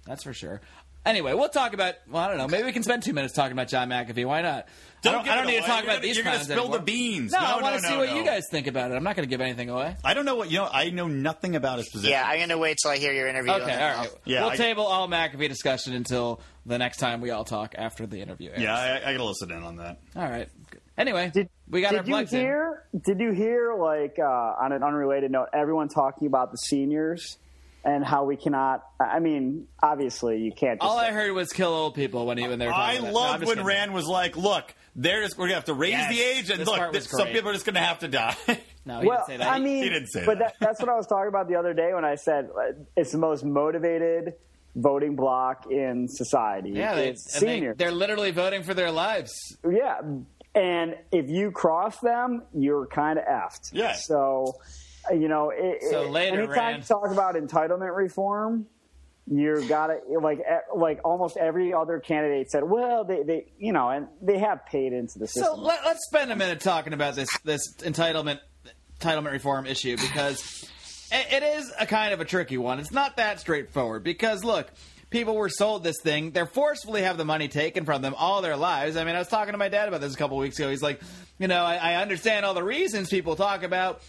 Speaker 1: that's for sure. Anyway, we'll talk about. Well, I don't know. Maybe we can spend two minutes talking about John McAfee. Why not? I don't,
Speaker 3: give
Speaker 1: I
Speaker 3: it
Speaker 1: don't need to
Speaker 3: away.
Speaker 1: talk
Speaker 3: You're
Speaker 1: about
Speaker 3: gonna-
Speaker 1: these.
Speaker 3: You're gonna
Speaker 1: clowns
Speaker 3: spill the
Speaker 1: anymore.
Speaker 3: beans.
Speaker 1: No,
Speaker 3: No,
Speaker 1: I want to
Speaker 3: no,
Speaker 1: see
Speaker 3: no,
Speaker 1: what
Speaker 3: no.
Speaker 1: you guys think about it. I'm not going to give anything away.
Speaker 3: I don't know what you know. I know nothing about his position.
Speaker 4: Yeah, I'm going to wait till I hear your interview. and
Speaker 1: Okay,
Speaker 4: then
Speaker 1: all
Speaker 4: I'll-
Speaker 1: right.
Speaker 3: Yeah,
Speaker 1: we'll
Speaker 3: I-
Speaker 1: table all McAfee discussion until the next time we all talk after the interview. airs.
Speaker 3: Yeah, I, I gotta listen in on that.
Speaker 1: All right. Anyway,
Speaker 5: Did,
Speaker 1: we got
Speaker 5: did
Speaker 1: our
Speaker 5: you
Speaker 1: plugs in.
Speaker 5: hear? Did you hear? Like uh, on an unrelated note, everyone talking about the seniors and how we cannot. I I mean, obviously, you can't. Just,
Speaker 1: All I heard was kill old people when he when they were.
Speaker 3: I
Speaker 1: talking about- no, I'm
Speaker 3: loved
Speaker 1: just
Speaker 3: when
Speaker 1: kidding.
Speaker 3: Rand was like, "Look, they're just we're gonna have to raise
Speaker 1: Yes,
Speaker 3: the age, and
Speaker 1: this part
Speaker 3: look,
Speaker 1: was
Speaker 3: this, some
Speaker 1: great.
Speaker 3: people are just gonna have to die."
Speaker 1: No, he
Speaker 5: well,
Speaker 1: didn't say that.
Speaker 5: I
Speaker 1: He-
Speaker 5: mean,
Speaker 3: he didn't say
Speaker 5: but
Speaker 3: that.
Speaker 5: that's what I was talking about the other day when I said uh, it's the most motivated voting block in society.
Speaker 1: yeah, they,
Speaker 5: it's
Speaker 1: and they-
Speaker 5: seniors.
Speaker 1: they're literally voting for their lives.
Speaker 5: Yeah, and if you cross them, you're kind of effed.
Speaker 3: Yeah.
Speaker 5: So, uh, you know, it,
Speaker 1: So
Speaker 5: it-
Speaker 1: later,
Speaker 5: anytime
Speaker 1: Rand.
Speaker 5: you talk about entitlement reform, you're gotta like e- like almost every other candidate said. Well, they they you know, and they have paid into the
Speaker 1: So
Speaker 5: system.
Speaker 1: let, let's spend a minute talking about this this entitlement entitlement reform issue because it, it is a kind of a tricky one. It's not that straightforward because look, people were sold this thing. They're forcefully have the money taken from them all their lives. I mean, I was talking to my dad about this a couple weeks ago. He's like, you know, I, I understand all the reasons people talk about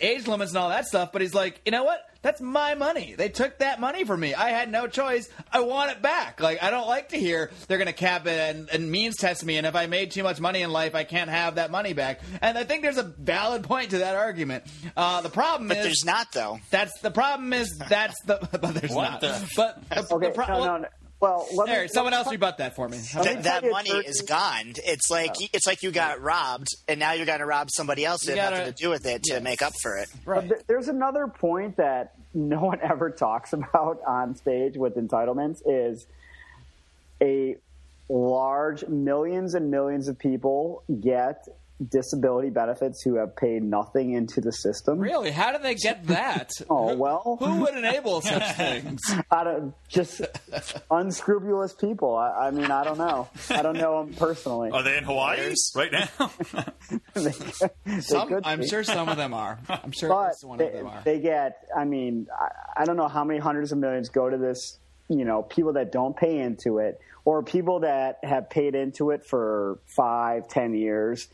Speaker 1: age limits and all that stuff, but he's like, you know what? That's my money. They took that money from me. I had no choice. I want it back. Like I don't like to hear they're going to cap it and, and means test me. And if I made too much money in life, I can't have that money back. And I think there's a valid point to that argument. Uh, the problem
Speaker 4: But
Speaker 1: is
Speaker 4: there's not, though.
Speaker 1: that's the problem is that's the but there's
Speaker 3: What
Speaker 1: not.
Speaker 3: the-
Speaker 1: But the,
Speaker 5: okay,
Speaker 1: the pro-
Speaker 5: no, no, no. Well, let me,
Speaker 1: There, someone
Speaker 5: let me
Speaker 1: else
Speaker 5: talk-
Speaker 1: rebut that for me.
Speaker 5: Okay.
Speaker 4: That, that
Speaker 5: Tell you
Speaker 4: money
Speaker 5: it's
Speaker 4: is
Speaker 5: worth-
Speaker 4: gone. It's like it's like you got robbed, and now you're going to rob somebody else that
Speaker 1: You
Speaker 4: had
Speaker 1: gotta-
Speaker 4: nothing to do with it to
Speaker 1: yeah.
Speaker 4: make up for it.
Speaker 1: Right.
Speaker 5: Th- There's another point that no one ever talks about on stage with entitlements is a large millions and millions of people get disability benefits who have paid nothing into the system.
Speaker 1: Really? How do they get that?
Speaker 5: Oh
Speaker 1: Who-
Speaker 5: well,
Speaker 1: Who would enable such things?
Speaker 5: out of just unscrupulous people. I, I mean, I don't know. I don't know them personally.
Speaker 3: Are they in Hawaii right now?
Speaker 5: They
Speaker 1: Some,
Speaker 5: could
Speaker 1: I'm
Speaker 5: be.
Speaker 1: sure some of them are. I'm sure at
Speaker 5: but
Speaker 1: least one
Speaker 5: they,
Speaker 1: of them are.
Speaker 5: they get i mean I, I don't know how many hundreds of millions go to this you know people that don't pay into it or people that have paid into it for five ten years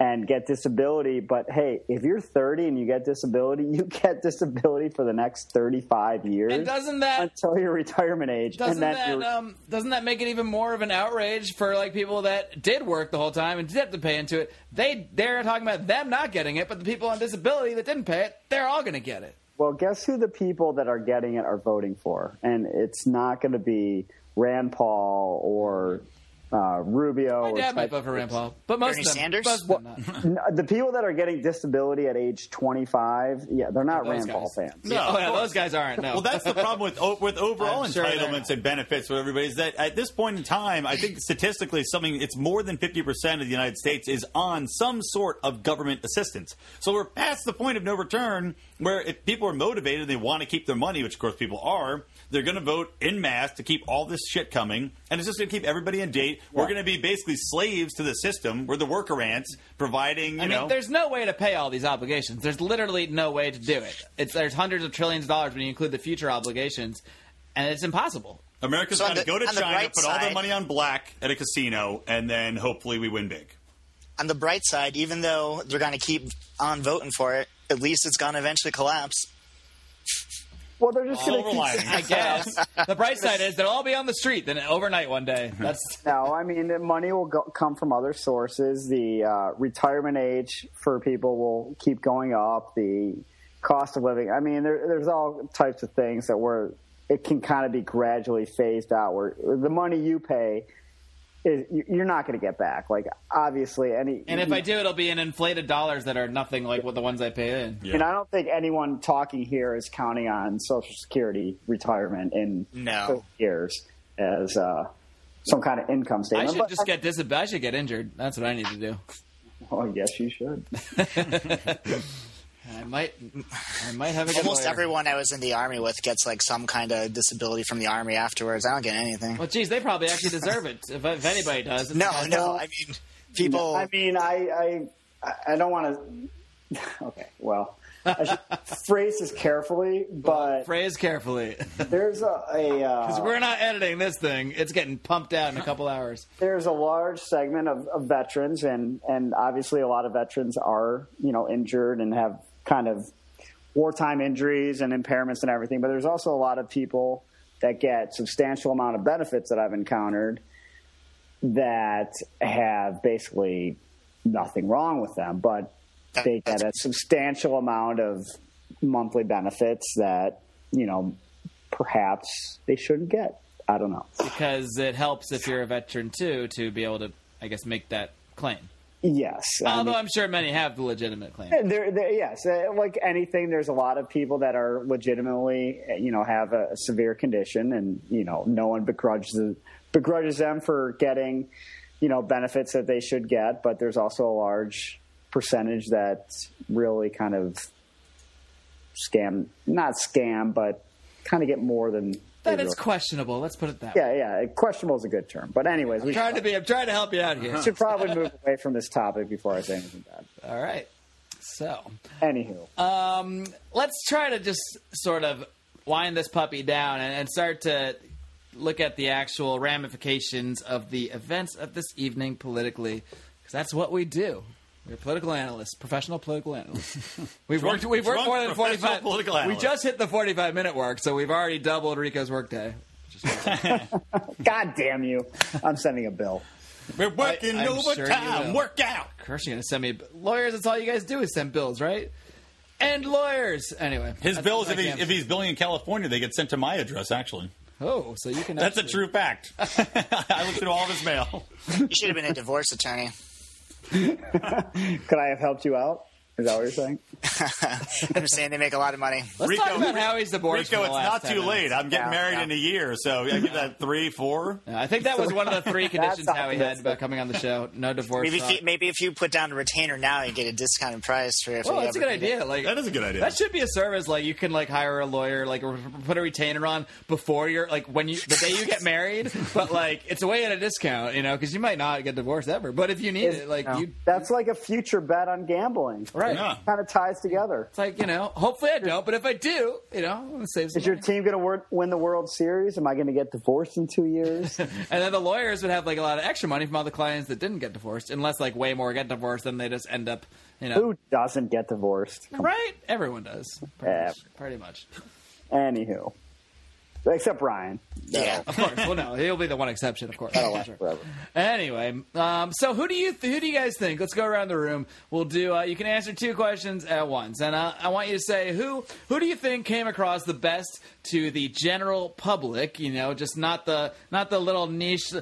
Speaker 5: and get disability but hey if you're 30 and you get disability you get disability for the next 35 years
Speaker 1: and doesn't that
Speaker 5: until your retirement age
Speaker 1: doesn't
Speaker 5: and then
Speaker 1: that
Speaker 5: you're-
Speaker 1: um, doesn't that make it even more of an outrage for like people that did work the whole time and did have to pay into it? They they're talking about them not getting it, but the people on disability that didn't pay it, they're all going to get it.
Speaker 5: Well, guess who the people that are getting it are voting for? And it's not going to be Rand Paul or uh, Rubio.
Speaker 1: My
Speaker 5: or
Speaker 1: dad might
Speaker 5: Cy-
Speaker 1: vote for Rand Paul, but most
Speaker 4: Bernie
Speaker 1: of them,
Speaker 4: Sanders?
Speaker 1: most of them not.
Speaker 5: No, Uh, the people that are getting disability at age 25, yeah, they're not
Speaker 1: Those
Speaker 5: Rand Paul
Speaker 1: guys.
Speaker 5: fans.
Speaker 3: No,
Speaker 1: oh,
Speaker 3: of
Speaker 1: yeah,
Speaker 3: course.
Speaker 1: those guys aren't. No,
Speaker 3: Well, that's the problem with o- with overall
Speaker 1: I'm sure they're
Speaker 3: entitlements
Speaker 1: not.
Speaker 3: and benefits for everybody is that at this point in time, I think statistically, something it's more than fifty percent of the United States is on some sort of government assistance. So we're past the point of no return, where if people are motivated and they want to keep their money, which of course people are, they're going to vote in mass to keep all this shit coming, and it's just going to keep everybody in date. We're
Speaker 5: Yeah.
Speaker 3: going to be basically slaves to the system. We're the worker ants providing. You
Speaker 1: I mean,
Speaker 3: know,
Speaker 1: there's no way to pay all these obligations. There's literally no way to do it. It's there's hundreds of trillions of dollars when you include the future obligations, and it's impossible.
Speaker 3: America's
Speaker 4: So on
Speaker 3: got to
Speaker 4: the-
Speaker 3: go to
Speaker 4: on the
Speaker 3: China,
Speaker 4: bright
Speaker 3: put all their
Speaker 4: side-
Speaker 3: money on black at a casino, and then hopefully we win big.
Speaker 4: On the bright side, even though they're going to keep on voting for it, at least it's going to eventually collapse.
Speaker 5: Well, they're just going
Speaker 3: Silver
Speaker 5: to keep.
Speaker 3: lining.
Speaker 1: I guess. the bright side is they'll all be on the street then overnight one day. That's
Speaker 5: No, I mean, the money will go, come from other sources. The uh, retirement age for people will keep going up. The cost of living. I mean, there, there's all types of things that were. It can kind of be gradually phased out. Where the money you pay is you- you're not going to get back. Like obviously, any
Speaker 1: and if I do, it'll be in inflated dollars that are nothing like what the ones I pay in.
Speaker 5: And I don't think anyone talking here is counting on Social Security retirement in
Speaker 4: No.
Speaker 5: 30 years as uh, some kind of income
Speaker 1: I
Speaker 5: statement.
Speaker 1: should
Speaker 5: but
Speaker 1: just get disab- I should get injured. That's what I need to do.
Speaker 5: Oh, yes, you should.
Speaker 1: I might, I might have a good
Speaker 4: Almost
Speaker 1: lawyer.
Speaker 4: everyone I was in the army with gets like some kind of disability from the army afterwards. I don't get anything.
Speaker 1: Well, geez, they probably actually deserve it. If, if anybody does, it's
Speaker 4: No,
Speaker 1: the guys.
Speaker 4: no. I mean,
Speaker 1: Oh.
Speaker 4: people.
Speaker 5: I mean, I I, I don't want to. Okay, well, I should phrase this carefully, but
Speaker 1: Phrase carefully, because
Speaker 5: there's a, a uh,
Speaker 1: we're not editing this thing. It's getting pumped out in a couple hours.
Speaker 5: there's a large segment of, of veterans, and and obviously a lot of veterans are you know injured and have kind of wartime injuries and impairments and everything. But there's also a lot of people that get substantial amount of benefits that I've encountered that have basically nothing wrong with them, but they get a substantial amount of monthly benefits that you know perhaps they shouldn't get. I don't know.
Speaker 1: because it helps if you're a veteran too to be able to, I guess, make that claim.
Speaker 5: Yes, I
Speaker 1: Although
Speaker 5: mean-
Speaker 1: I'm sure many have the legitimate claim.
Speaker 5: There, there, yes, uh, like anything, there's a lot of people that are legitimately, uh, you know, have a, severe condition, and you know, no one begrudges begrudges them for getting, you know, benefits that they should get. But there's also a large percentage that really kind of scam, not scam, but kind of get more than. they
Speaker 1: That is
Speaker 5: really-
Speaker 1: questionable. Let's put it that way.
Speaker 5: yeah, yeah. Questionable is a good term, but anyways, we
Speaker 1: I'm trying to be. I'm trying to help you out here.
Speaker 5: should probably move away from this topic before I say anything bad.
Speaker 1: All right. So
Speaker 5: Anywho,
Speaker 1: let's try to just sort of wind this puppy down and, and start to look at the actual ramifications of the events of this evening politically, because that's what we do. We're political analysts, professional political analysts. We've
Speaker 3: Drunk-
Speaker 1: worked. We've worked
Speaker 3: drunk
Speaker 1: more than
Speaker 3: professional
Speaker 1: forty-five.
Speaker 3: political
Speaker 1: we
Speaker 3: analyst.
Speaker 1: just hit the forty-five minute mark, so we've already doubled Rico's workday.
Speaker 5: God damn you! I'm sending a bill.
Speaker 3: We're working
Speaker 1: I'm sure you
Speaker 3: overtime.
Speaker 1: will.
Speaker 3: Work out.
Speaker 1: Of course, you're gonna send me lawyers. That's all you guys do is send bills, right? And lawyers, anyway.
Speaker 3: His
Speaker 1: That's
Speaker 3: bills,
Speaker 1: my
Speaker 3: if, he,
Speaker 1: camp.
Speaker 3: if he's billing in California, they get sent to my address, actually.
Speaker 1: oh, so you can.
Speaker 3: That's a
Speaker 1: actually-
Speaker 3: true fact. I looked through all of his mail.
Speaker 4: You should have been a divorce attorney.
Speaker 5: Could I have helped you out? Is that what you're saying?
Speaker 4: I'm saying they make a lot of money.
Speaker 1: Let's
Speaker 3: Rico-
Speaker 1: talk about how he's divorced. for
Speaker 3: Rico,
Speaker 1: the
Speaker 3: it's
Speaker 1: last
Speaker 3: not
Speaker 1: 10
Speaker 3: too
Speaker 1: minutes.
Speaker 3: late. I'm getting
Speaker 4: Yeah,
Speaker 3: married
Speaker 4: yeah.
Speaker 3: in a year, so I give that three, four.
Speaker 1: I think that was one of the three conditions
Speaker 5: That's
Speaker 1: Howie had
Speaker 5: optimistic.
Speaker 1: about coming on the show. No divorce.
Speaker 4: Maybe if,
Speaker 1: talk.
Speaker 4: you, maybe if you put down a retainer now, you get a discounted price for if.
Speaker 1: Oh,
Speaker 4: we
Speaker 1: that's a
Speaker 4: ever
Speaker 1: good
Speaker 4: need it.
Speaker 1: idea. Like
Speaker 3: That is a good idea.
Speaker 1: That should be a service. Like you can like hire a lawyer, like or put a retainer on before you're like when you the day you get married. But like it's a way at a discount, you know, because you might not get divorced ever. But if you need it, like
Speaker 5: No.
Speaker 1: you
Speaker 5: That's like a future bet on gambling.
Speaker 1: right.
Speaker 3: Yeah.
Speaker 5: Kind of ties together.
Speaker 1: It's like you know. Hopefully I don't, but if I do, you know, it saves.
Speaker 5: Is your
Speaker 1: money.
Speaker 5: team going to win the World Series? Am I going to get divorced in two years?
Speaker 1: and then the lawyers would have like a lot of extra money from all the clients that didn't get divorced, unless like way more get divorced, then they just end up, you know,
Speaker 5: Who doesn't get divorced?
Speaker 1: right? Everyone does, pretty,
Speaker 5: Yeah.
Speaker 1: much, pretty much.
Speaker 5: Anywho, except Ryan.
Speaker 4: Yeah.
Speaker 1: Of course. well, no, he'll be the one exception, of course.
Speaker 5: Oh,
Speaker 1: Sure.
Speaker 5: Whatever.
Speaker 1: Anyway, um, so who do you th- who do you guys think? Let's go around the room. We'll do. Uh, you can answer two questions at once, and uh, I want you to say who who do you think came across the best to the general public? You know, just not the not the little niche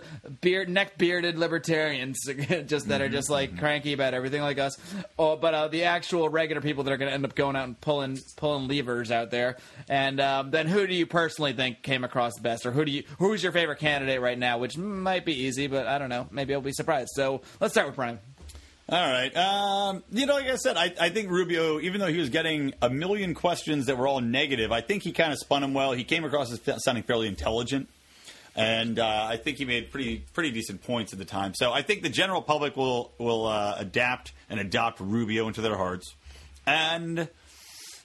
Speaker 1: beard neck bearded libertarians, just that are
Speaker 3: Mm-hmm,
Speaker 1: just like cranky about everything like us. Oh, but uh, the actual regular people that are going to end up going out and pulling pulling levers out there. And um, then who do you personally think came across the best, or who do you who's your favorite candidate right now? Which might be easy, but I don't know. Maybe I'll be surprised. So let's start with Brian.
Speaker 3: All right. Um, you know, like I said, I, I think Rubio, even though he was getting a million questions that were all negative, I think he kind of spun him well. He came across as fa- sounding fairly intelligent, and uh, I think he made pretty pretty decent points at the time. So I think the general public will will uh, adapt and adopt Rubio into their hearts. And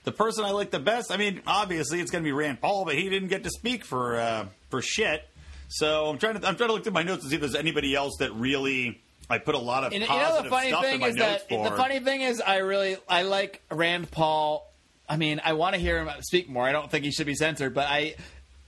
Speaker 3: the person I like the best, I mean, obviously it's going to be Rand Paul, but he didn't get to speak for uh, for shit. So I'm trying to I'm trying to look through my notes to see if there's anybody else that really. I put a lot of
Speaker 1: And, you know
Speaker 3: positive
Speaker 1: the funny
Speaker 3: stuff in
Speaker 1: thing
Speaker 3: my
Speaker 1: is
Speaker 3: notes
Speaker 1: that
Speaker 3: for.
Speaker 1: the funny thing is I really I like Rand Paul. I mean, I want to hear him speak more. I don't think he should be censored, but I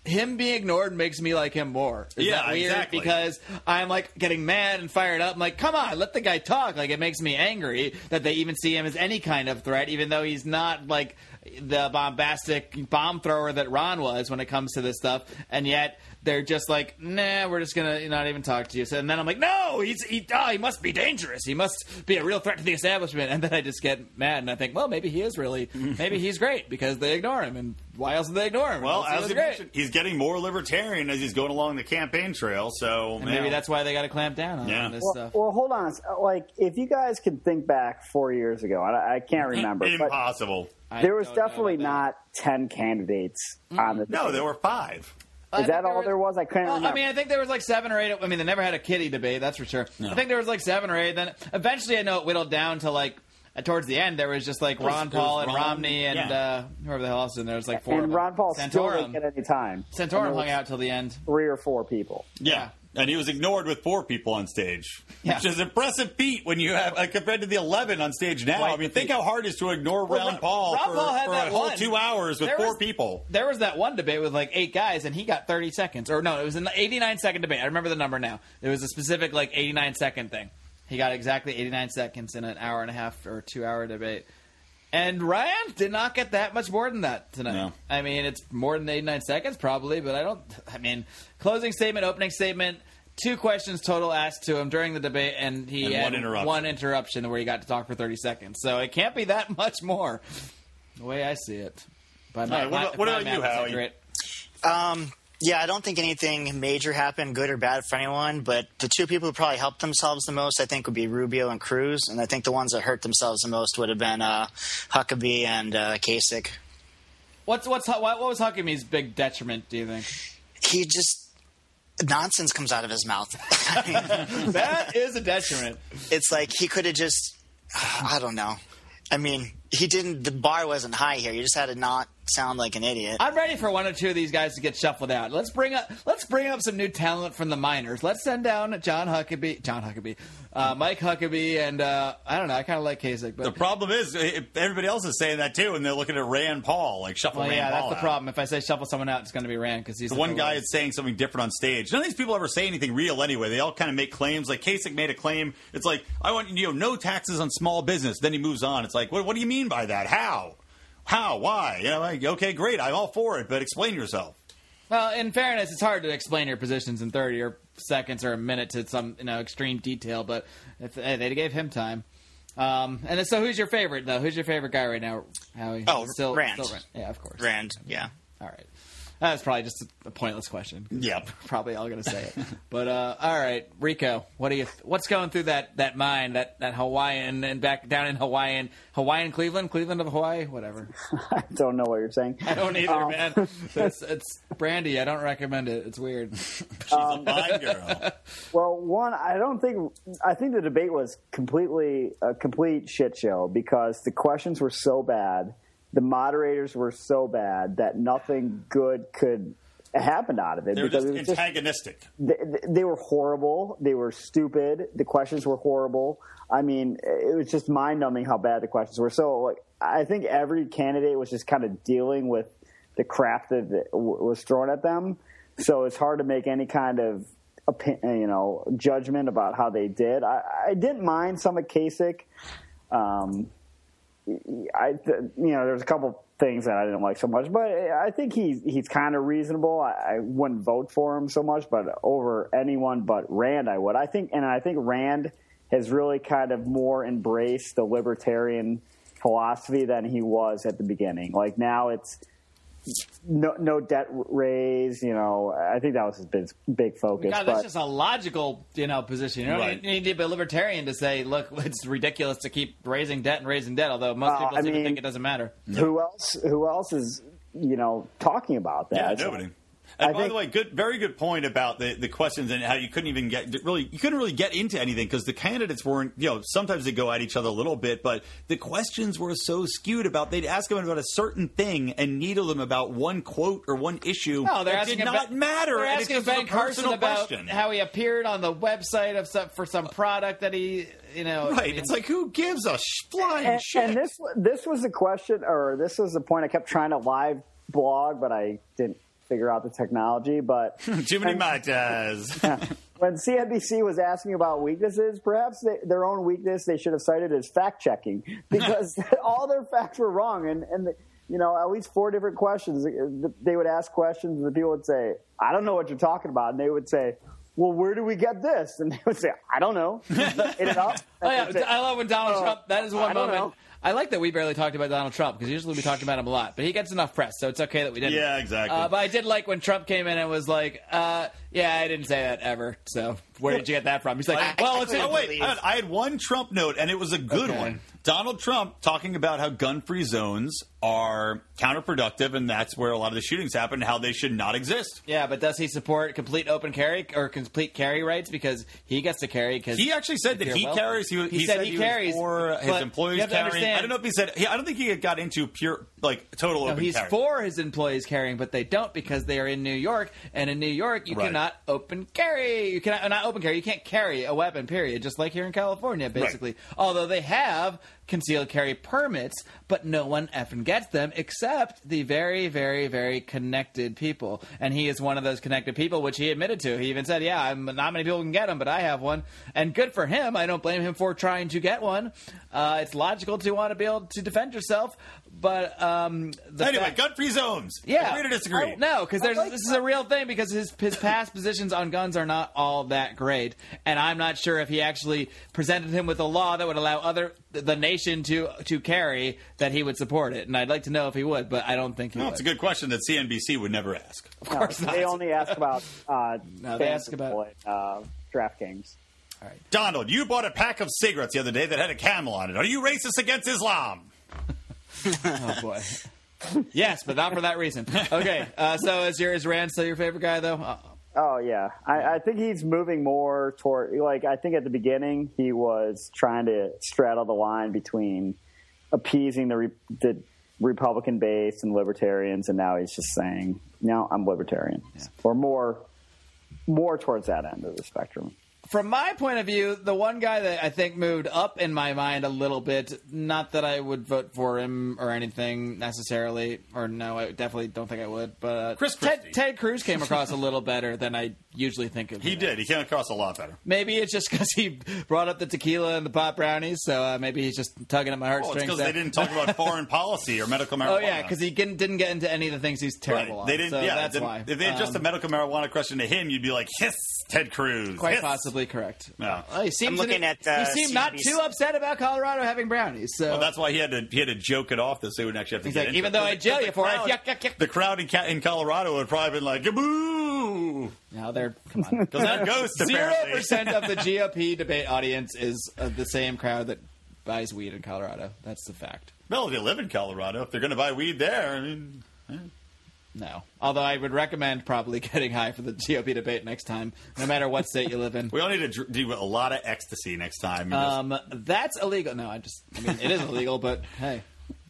Speaker 1: him being ignored makes me like him more. Is
Speaker 3: Yeah,
Speaker 1: that weird?
Speaker 3: exactly.
Speaker 1: Because I'm like getting mad and fired up. I'm like, come on, let the guy talk. Like it makes me angry that they even see him as any kind of threat, even though he's not like the bombastic bomb thrower that Ron was when it comes to this stuff. And yet they're just like, nah, we're just gonna not even talk to you. So and then I'm like, no, he's he, oh, he must be dangerous. He must be a real threat to the establishment. And then I just get mad and I think, well, maybe he is really, maybe he's great because they ignore him. And why else would they ignore him?
Speaker 3: Well,
Speaker 1: Unless he
Speaker 3: as
Speaker 1: was
Speaker 3: he mentioned, he's getting more libertarian as he's going along the campaign trail. So
Speaker 1: And maybe
Speaker 3: yeah.
Speaker 1: that's why they got to clamp down on,
Speaker 3: Yeah.
Speaker 1: on this
Speaker 5: Well,
Speaker 1: stuff.
Speaker 5: well, hold on. Like, if you guys could think back four years ago, and I, I can't remember, but
Speaker 3: impossible.
Speaker 1: I
Speaker 5: there was
Speaker 1: don't know
Speaker 5: definitely
Speaker 1: about
Speaker 5: not ten candidates on the.
Speaker 3: No, there were five.
Speaker 1: that.
Speaker 5: Is
Speaker 1: I think
Speaker 5: that all there was? I couldn't
Speaker 1: Well,
Speaker 5: remember.
Speaker 1: I mean, I think there was like seven or eight. I mean, they never had a kitty debate, that's for sure. I think there was like seven or eight. Then eventually, I know it whittled down to like And towards the end, there was just like Ron
Speaker 3: it was
Speaker 1: Paul and
Speaker 3: Ron-
Speaker 1: Romney and
Speaker 3: yeah.
Speaker 1: uh, whoever the hell else in there. It's like four. of
Speaker 5: and
Speaker 1: them.
Speaker 5: Ron Paul still
Speaker 1: Santorum.
Speaker 5: didn't get any time.
Speaker 1: Santorum
Speaker 5: And there
Speaker 1: hung
Speaker 5: was
Speaker 1: out till the end.
Speaker 5: Three or four people.
Speaker 3: Yeah. And he was ignored with four people on stage,
Speaker 1: Yeah.
Speaker 3: which is an impressive feat when you have like, compared to the eleven on stage now.
Speaker 1: Quite
Speaker 3: I mean,
Speaker 1: the
Speaker 3: think
Speaker 1: feat.
Speaker 3: how hard it is to ignore
Speaker 1: Well,
Speaker 3: Ron
Speaker 1: Ron-
Speaker 3: Paul
Speaker 1: Ron
Speaker 3: for,
Speaker 1: Paul had
Speaker 3: for
Speaker 1: that
Speaker 3: a whole
Speaker 1: one.
Speaker 3: two hours with
Speaker 1: There
Speaker 3: four
Speaker 1: was-
Speaker 3: people.
Speaker 1: There was that one debate with like eight guys, and he got 30 seconds. Or no, it was an 89 second debate. I remember the number now. It was a specific like 89 second thing. He got exactly 89 seconds in an hour and a half or two hour debate. And Ryan did not get that much more than that tonight.
Speaker 3: No.
Speaker 1: I mean, it's more than 89 seconds probably, but I don't. I mean, closing statement, opening statement. Two questions total asked to him during the debate, and he
Speaker 3: And
Speaker 1: had
Speaker 3: one interruption.
Speaker 1: one interruption where he got to talk for 30 seconds. So it can't be that much more, the way I see it. But
Speaker 3: All right, what about- what about you, Howie?
Speaker 4: Um, yeah, I don't think anything major happened, good or bad for anyone. But the two people who probably helped themselves the most, I think, would be Rubio and Cruz. And I think the ones that hurt themselves the most would have been uh, Huckabee and uh, Kasich.
Speaker 1: What's what's what, what was Huckabee's big detriment? Do you think
Speaker 4: He just nonsense comes out of his mouth. I mean,
Speaker 1: that is a detriment?
Speaker 4: it's like he could have just, I don't know. I mean, he didn't. The bar wasn't high here. You just had to not sound like an idiot.
Speaker 1: I'm ready for one or two of these guys to get shuffled out. Let's bring up let's bring up some new talent from the minors. Let's send down John Huckabee, John Huckabee, uh, Mike Huckabee, and uh, I don't know. I kind of like Kasich,
Speaker 3: The
Speaker 1: but
Speaker 3: problem is, eh, everybody else is saying that too, and they're looking at Rand Paul, like shuffle
Speaker 1: well,
Speaker 3: Rand
Speaker 1: yeah, that's
Speaker 3: Paul
Speaker 1: the
Speaker 3: out.
Speaker 1: problem. If I say shuffle someone out, it's going to be Rand because he's
Speaker 3: The one
Speaker 1: the
Speaker 3: guy
Speaker 1: leader.
Speaker 3: is saying something different on stage. None of these people ever say anything real anyway. They all kind of make claims. Like Kasich made a claim. It's like I want you know no taxes on small business. Then he moves on. It's like what, what do you mean by that? How? How? Why? You know, like okay, great. I'm all for it, but explain yourself.
Speaker 1: Well, in fairness, it's hard to explain your positions in 30 or seconds or a minute to some you know extreme detail, but if, hey, they gave him time. Um, and so, who's your favorite though? Who's your favorite guy right now, Howie?
Speaker 4: Oh, Rand.
Speaker 1: Yeah, of course.
Speaker 4: Rand, yeah.
Speaker 1: All right. That's probably just a, a pointless question.
Speaker 3: Yep.
Speaker 1: Probably all going to say it. but uh, all right, Rico, what do you? What's going through that that mind that that Hawaiian and back down in Hawaiian Hawaiian Cleveland Cleveland of Hawaii whatever.
Speaker 5: I don't know what you're saying.
Speaker 1: I don't either, man. It's, it's brandy. I don't recommend it. It's weird.
Speaker 3: Fine girl.
Speaker 5: Well, one, I don't think I think the debate was completely a complete shit show because the questions were so bad, the moderators were so bad that nothing good could happen out of it
Speaker 3: They're
Speaker 5: because
Speaker 3: just
Speaker 5: it was just
Speaker 3: antagonistic.
Speaker 5: they, they were horrible. They were stupid. The questions were horrible. I mean, it was just mind numbing how bad the questions were. So, like, I think every candidate was just kind of dealing with the crap that that w- was thrown at them. So it's hard to make any kind of opi- you know judgment about how they did. I, I didn't mind some of Kasich. Um, I th- you know there's a couple things that I didn't like so much, but I think he's he's kind of reasonable. I, I wouldn't vote for him so much, but over anyone but Rand, I would. I think, and I think Rand has really kind of more embraced the libertarian philosophy than he was at the beginning. Like now, it's no no debt raise. You know, I think that was his big, big focus.
Speaker 1: God,
Speaker 5: but,
Speaker 1: that's just a logical, you know, position. You don't
Speaker 3: Right.
Speaker 1: need, you need to be a libertarian to say, look, it's ridiculous to keep raising debt and raising debt. Although most
Speaker 5: Well,
Speaker 1: people
Speaker 5: Uh, I
Speaker 1: seem to
Speaker 5: mean-
Speaker 1: think it doesn't matter.
Speaker 3: Hmm.
Speaker 5: who else? Who else is you know talking about that?
Speaker 3: Yeah,
Speaker 5: It's
Speaker 3: nobody.
Speaker 5: like-
Speaker 3: And
Speaker 5: I
Speaker 3: by
Speaker 5: think-
Speaker 3: the way, good, very good point about the, the questions and how you couldn't even get really, you couldn't really get into anything because the candidates weren't, you know, sometimes they go at each other a little bit, but the questions were so skewed about they'd ask them about a certain thing and needle them about one quote or one issue.
Speaker 1: No, they're
Speaker 3: It
Speaker 1: asking
Speaker 3: did
Speaker 1: about,
Speaker 3: not matter.
Speaker 1: They're
Speaker 3: and
Speaker 1: asking
Speaker 3: it's just a
Speaker 1: Ben Carson
Speaker 3: personal
Speaker 1: about
Speaker 3: question. Uh,
Speaker 1: how he appeared on the website of some, for some product that he, you know, I
Speaker 3: right?
Speaker 1: mean,
Speaker 3: It's like who gives a sh- flying
Speaker 5: and,
Speaker 3: shit?
Speaker 5: and this this was the question, or this was the point I kept trying to live blog, but I didn't figure out the technology. But
Speaker 3: Too many matas.
Speaker 5: when CNBC was asking about weaknesses, perhaps they, their own weakness they should have cited as fact checking because all their facts were wrong, and and the, you know at least four different questions uh, they would ask questions, and the people would say, "I don't know what you're talking about," and they would say. Well, where do we get this? And they would say, "I don't know." Hit it up.
Speaker 1: Oh, yeah. I love when Donald
Speaker 5: Oh,
Speaker 1: Trump. That is one
Speaker 5: I don't
Speaker 1: moment.
Speaker 5: know.
Speaker 1: I like that we barely talked about Donald Trump because usually we talked about him a lot, but he gets enough press, so it's okay that we didn't.
Speaker 3: Yeah, exactly.
Speaker 1: Uh, but I did like when Trump came in and was like, uh, Yeah, I didn't say that ever. So where did you get that from? He's like, well, it's
Speaker 3: Oh
Speaker 1: in-
Speaker 3: wait, I had, I had one Trump note, and it was a good
Speaker 1: Okay.
Speaker 3: one. Donald Trump talking about how gun-free zones are counterproductive, and that's where a lot of the shootings happen. How they should not exist.
Speaker 1: Yeah, but does he support complete open carry or complete carry rights? Because he gets to carry. Because
Speaker 3: He actually said that
Speaker 1: If you're
Speaker 3: he
Speaker 1: wealthy.
Speaker 3: carries. He, was-
Speaker 1: He
Speaker 3: he
Speaker 1: said
Speaker 3: said,
Speaker 1: he
Speaker 3: was
Speaker 1: carries,
Speaker 3: for his
Speaker 1: but you
Speaker 3: employees
Speaker 1: have to
Speaker 3: carrying.
Speaker 1: understand-
Speaker 3: I don't know if he said. He, I don't think he had got into pure like total open
Speaker 1: he's
Speaker 3: carry.
Speaker 1: for his employees carrying, but they don't because they are in New York, and in New York you
Speaker 3: Right.
Speaker 1: cannot open carry. You cannot uh, not open carry. You can't carry a weapon. Period. Just like here in California, basically. Although they have concealed carry permits, but no one effing gets them except the very, very, very connected people. And he is one of those connected people, which he admitted to. He even said, "Yeah, I'm, not many people can get them, but I have one." And good for him. I don't blame him for trying to get one. Uh, it's logical to want to be able to defend yourself. But um, the
Speaker 3: Anyway,
Speaker 1: fact-
Speaker 3: gun-free zones.
Speaker 1: yeah,
Speaker 3: agree to disagree.
Speaker 1: I- no, because there's this is a real thing because his his past positions on guns are not all that great, and I'm not sure if he actually presented him with a law that would allow other the nation to to carry that he would support it, and I'd like to know if he would, but I don't think he
Speaker 3: No,
Speaker 1: would.
Speaker 3: it's a good question that CNBC would never ask.
Speaker 1: of course not.
Speaker 5: They only ask about uh,
Speaker 1: No, they ask about-
Speaker 5: uh, DraftKings.
Speaker 3: Donald, you bought a pack of cigarettes the other day that had a camel on it. Are you racist against Islam?
Speaker 1: Oh boy. yes, but not for that reason. Okay, uh, so is your is Rand still your favorite guy though? Uh,
Speaker 5: Oh yeah, I, I think he's moving more toward like I think at the beginning he was trying to straddle the line between appeasing the re- the Republican base and libertarians, and now he's just saying, "No, I'm libertarian," or more more towards that end of the spectrum.
Speaker 1: from my point of view, the one guy that I think moved up in my mind a little bit, not that I would vote for him or anything necessarily, or no, I definitely don't think I would, but uh,
Speaker 3: Chris
Speaker 1: Ted,
Speaker 3: Christie.
Speaker 1: Ted Cruz came across a little better than I usually think of.
Speaker 3: He
Speaker 1: him.
Speaker 3: did. He came across a lot better.
Speaker 1: Maybe it's just because he brought up the tequila and the pot brownies, so uh, maybe he's just tugging at my
Speaker 3: Well, Oh, it's
Speaker 1: heartstrings.
Speaker 3: because they
Speaker 1: there.
Speaker 3: didn't talk about foreign policy or medical marijuana.
Speaker 1: Oh yeah, because he didn't, didn't get into any of the things he's
Speaker 3: Right.
Speaker 1: terrible on.
Speaker 3: They didn't.
Speaker 1: so
Speaker 3: yeah,
Speaker 1: that's
Speaker 3: they-
Speaker 1: why.
Speaker 3: If they had just
Speaker 1: Um,
Speaker 3: a medical marijuana question to him, you'd be like, "Hiss, Ted Cruz."
Speaker 1: Quite
Speaker 3: hiss."
Speaker 1: possibly correct.
Speaker 3: No.
Speaker 1: Well, he seems
Speaker 4: looking
Speaker 1: to-
Speaker 4: at, uh,
Speaker 1: he seemed not
Speaker 4: CNBC.
Speaker 1: too upset about Colorado having brownies. So
Speaker 3: Well, that's why he had to he had to joke it off this. They wouldn't actually have to
Speaker 1: He's
Speaker 3: get
Speaker 1: like,
Speaker 3: into
Speaker 1: even
Speaker 3: it.
Speaker 1: though I jail
Speaker 3: The
Speaker 1: you for it,
Speaker 3: crowd-
Speaker 1: yuck, yuck, yuck.
Speaker 3: The crowd in, Ca- in Colorado would probably been like, "Boo!"
Speaker 1: Now they're come on.
Speaker 3: Because that ghost
Speaker 1: Zero
Speaker 3: apparently.
Speaker 1: percent of the GOP debate audience is uh, the same crowd that buys weed in Colorado. That's the fact.
Speaker 3: Well, if you live in Colorado, if they're going to buy weed there, I mean,
Speaker 1: No, although I would recommend probably getting high for the GOP debate next time, no matter what state you live in.
Speaker 3: we all need to dr- do a lot of ecstasy next time. and just-
Speaker 1: Um, that's illegal. No, I just I mean it is illegal, but hey,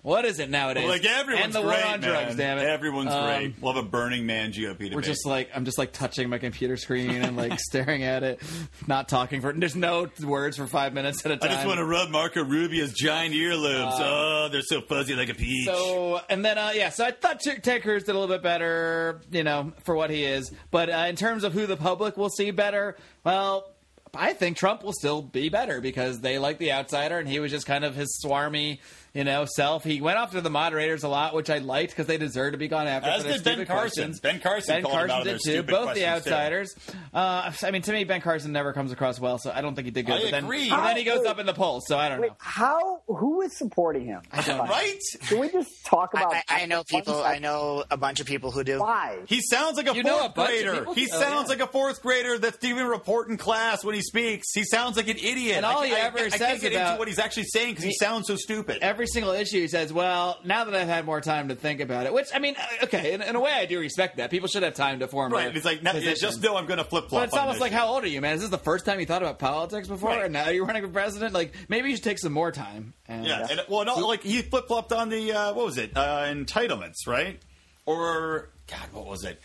Speaker 1: what is it nowadays?
Speaker 3: like everyone's
Speaker 1: and the
Speaker 3: great,
Speaker 1: war on
Speaker 3: man.
Speaker 1: drugs, damn it.
Speaker 3: Everyone's
Speaker 1: Um,
Speaker 3: great. We'll have a Burning Man GOP debate.
Speaker 1: We're just like I'm just like touching my computer screen and like staring at it, not talking for. There's no words for five minutes at a
Speaker 3: I
Speaker 1: time.
Speaker 3: just want to rub Marco Rubio's giant earlobes. oh, they're so fuzzy like a peach.
Speaker 1: Uh, So and then uh, yeah, so I thought Ch- Ted Cruz did a little bit better, you know, for what he is. But uh, in terms of who the public will see better, well, I think Trump will still be better because they like the outsider, and he was just kind of his swarmy, you know, self. He went after the moderators a lot, which I liked because they deserved to be gone after.
Speaker 3: As
Speaker 1: for their
Speaker 3: did Ben
Speaker 1: stupid
Speaker 3: Carson.
Speaker 1: questions.
Speaker 3: Ben Carson
Speaker 1: Ben
Speaker 3: called him
Speaker 1: Carson
Speaker 3: out on
Speaker 1: did
Speaker 3: their
Speaker 1: too.
Speaker 3: stupid
Speaker 1: Both the
Speaker 3: questions, too.
Speaker 1: outsiders. Uh, I mean, to me, Ben Carson never comes across well, so I don't think he did good.
Speaker 3: I
Speaker 1: but then,
Speaker 3: agree.
Speaker 1: but then he goes up in the polls, so I don't
Speaker 5: Wait,
Speaker 1: know.
Speaker 5: how? Who is supporting him?
Speaker 3: right?
Speaker 5: Can we just talk about?
Speaker 4: I, I, I know people. I know a bunch of people who do.
Speaker 5: why.
Speaker 3: He sounds like a
Speaker 1: You know a
Speaker 3: fourth
Speaker 1: bunch of
Speaker 3: grader.
Speaker 1: people-
Speaker 3: He
Speaker 1: Oh,
Speaker 3: sounds
Speaker 1: yeah.
Speaker 3: like a fourth grader that's didn't even report in class when he speaks. He sounds like an idiot.
Speaker 1: And all
Speaker 3: I,
Speaker 1: he
Speaker 3: I-
Speaker 1: ever
Speaker 3: I, I
Speaker 1: says
Speaker 3: can't get
Speaker 1: about-
Speaker 3: into what he's actually saying because he sounds so stupid.
Speaker 1: every single issue he says, well, now that I've had more time to think about it, which, I mean, uh, okay, in, in a way I do respect that. People should have time to form
Speaker 3: right?
Speaker 1: their
Speaker 3: It's like no,
Speaker 1: positions.
Speaker 3: just know I'm going to flip flop.
Speaker 1: But it's almost like, how old are you, man? Is this the first time you thought about politics before,
Speaker 3: Right.
Speaker 1: and now you're running for president? Like, maybe you should take some more time. And, uh,
Speaker 3: Yeah, and, well, no, like he flip flopped on the uh, what was it uh, entitlements, right? Or God, what was it?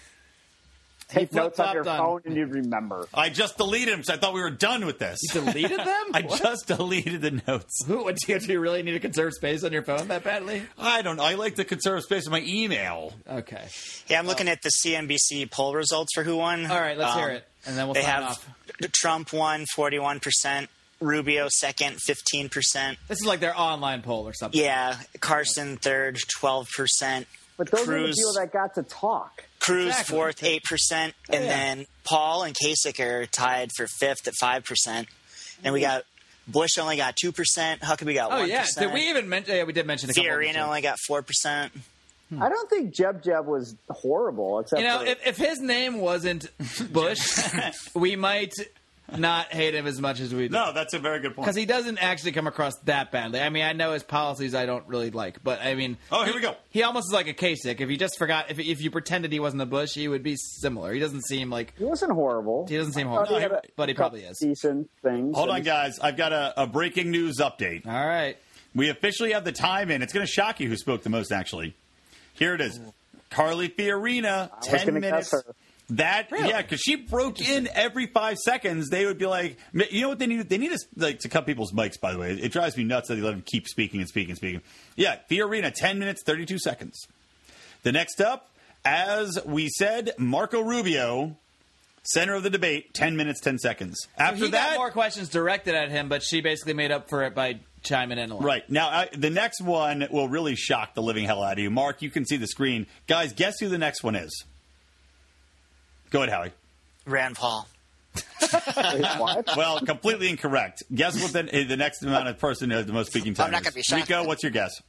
Speaker 5: Take notes on your
Speaker 1: flip-flopped on-
Speaker 5: phone and you remember.
Speaker 3: I just deleted him because I thought we were done with this.
Speaker 1: You deleted them?
Speaker 3: I
Speaker 1: What?
Speaker 3: just deleted the notes.
Speaker 1: Who would you do? You really need to conserve space on your phone that badly?
Speaker 3: I don't. know. I like to conserve space in my email.
Speaker 1: Okay.
Speaker 4: Yeah, I'm looking at the CNBC poll results for who won.
Speaker 1: All right, let's
Speaker 4: Um,
Speaker 1: hear it, and then we'll
Speaker 4: They
Speaker 1: sign
Speaker 4: have
Speaker 1: off.
Speaker 4: Trump won 41 percent, Rubio second, 15 percent.
Speaker 1: This is like their online poll or something.
Speaker 4: Yeah, Carson third, 12 percent.
Speaker 5: But those are the
Speaker 4: Cruz,
Speaker 5: people that got to talk.
Speaker 4: Cruz
Speaker 1: Exactly.
Speaker 4: fourth, eight percent, and
Speaker 5: Oh,
Speaker 1: yeah.
Speaker 4: then Paul and Kasich are tied for fifth at five percent. And we got Bush only got two percent. Huckabee got
Speaker 1: Oh,
Speaker 4: one
Speaker 1: yeah. Did we even mention? Yeah, we did mention a couple of
Speaker 4: Fiorina
Speaker 1: them.
Speaker 4: only got four percent.
Speaker 5: I don't think Jeb Jeb was horrible, except
Speaker 1: You know,
Speaker 5: for-
Speaker 1: if, if his name wasn't Bush, we might not hate him as much as we do.
Speaker 3: No, that's a very good point.
Speaker 1: Because he doesn't actually come across that badly. I mean, I know his policies I don't really like, but I mean,
Speaker 3: Oh, here we go.
Speaker 1: He almost is like a Kasich. If you just forgot, if if you pretended he wasn't a Bush, he would be similar. He doesn't seem like
Speaker 5: he wasn't horrible.
Speaker 1: he doesn't seem
Speaker 5: I thought
Speaker 1: horrible,
Speaker 5: had a
Speaker 1: but he probably
Speaker 5: couple
Speaker 1: is.
Speaker 5: Decent things.
Speaker 3: Hold
Speaker 5: and-
Speaker 3: on, guys. I've got a, a breaking news update.
Speaker 1: All right,
Speaker 3: We officially have the time in. It's going to shock you who spoke the most, actually. Here it is. Carly Fiorina,
Speaker 5: was
Speaker 3: 10
Speaker 5: gonna
Speaker 3: minutes.
Speaker 5: guess her.
Speaker 3: That yeah, because she broke in every five seconds. They would be like, you know what they need? They need us like to cut people's mics. By the way, it drives me nuts that they let them keep speaking and speaking and speaking. Yeah, Fiorina, ten minutes thirty two seconds. The next up, as we said, Marco Rubio, center of the debate, ten minutes ten seconds. After
Speaker 1: he
Speaker 3: that,
Speaker 1: got more questions directed at him, but she basically made up for it by chiming in a lot.
Speaker 3: Right. Now, I, the next one will really shock the living hell out of you. Mark, you can see the screen. Guys, guess who the next one is? Go ahead, Howie.
Speaker 4: Rand Paul.
Speaker 5: What?
Speaker 3: Well, completely incorrect. Guess what the, the next amount of person who has the most speaking time
Speaker 4: I'm not
Speaker 3: is.
Speaker 4: gonna be shocked.
Speaker 3: Rico, what's your guess?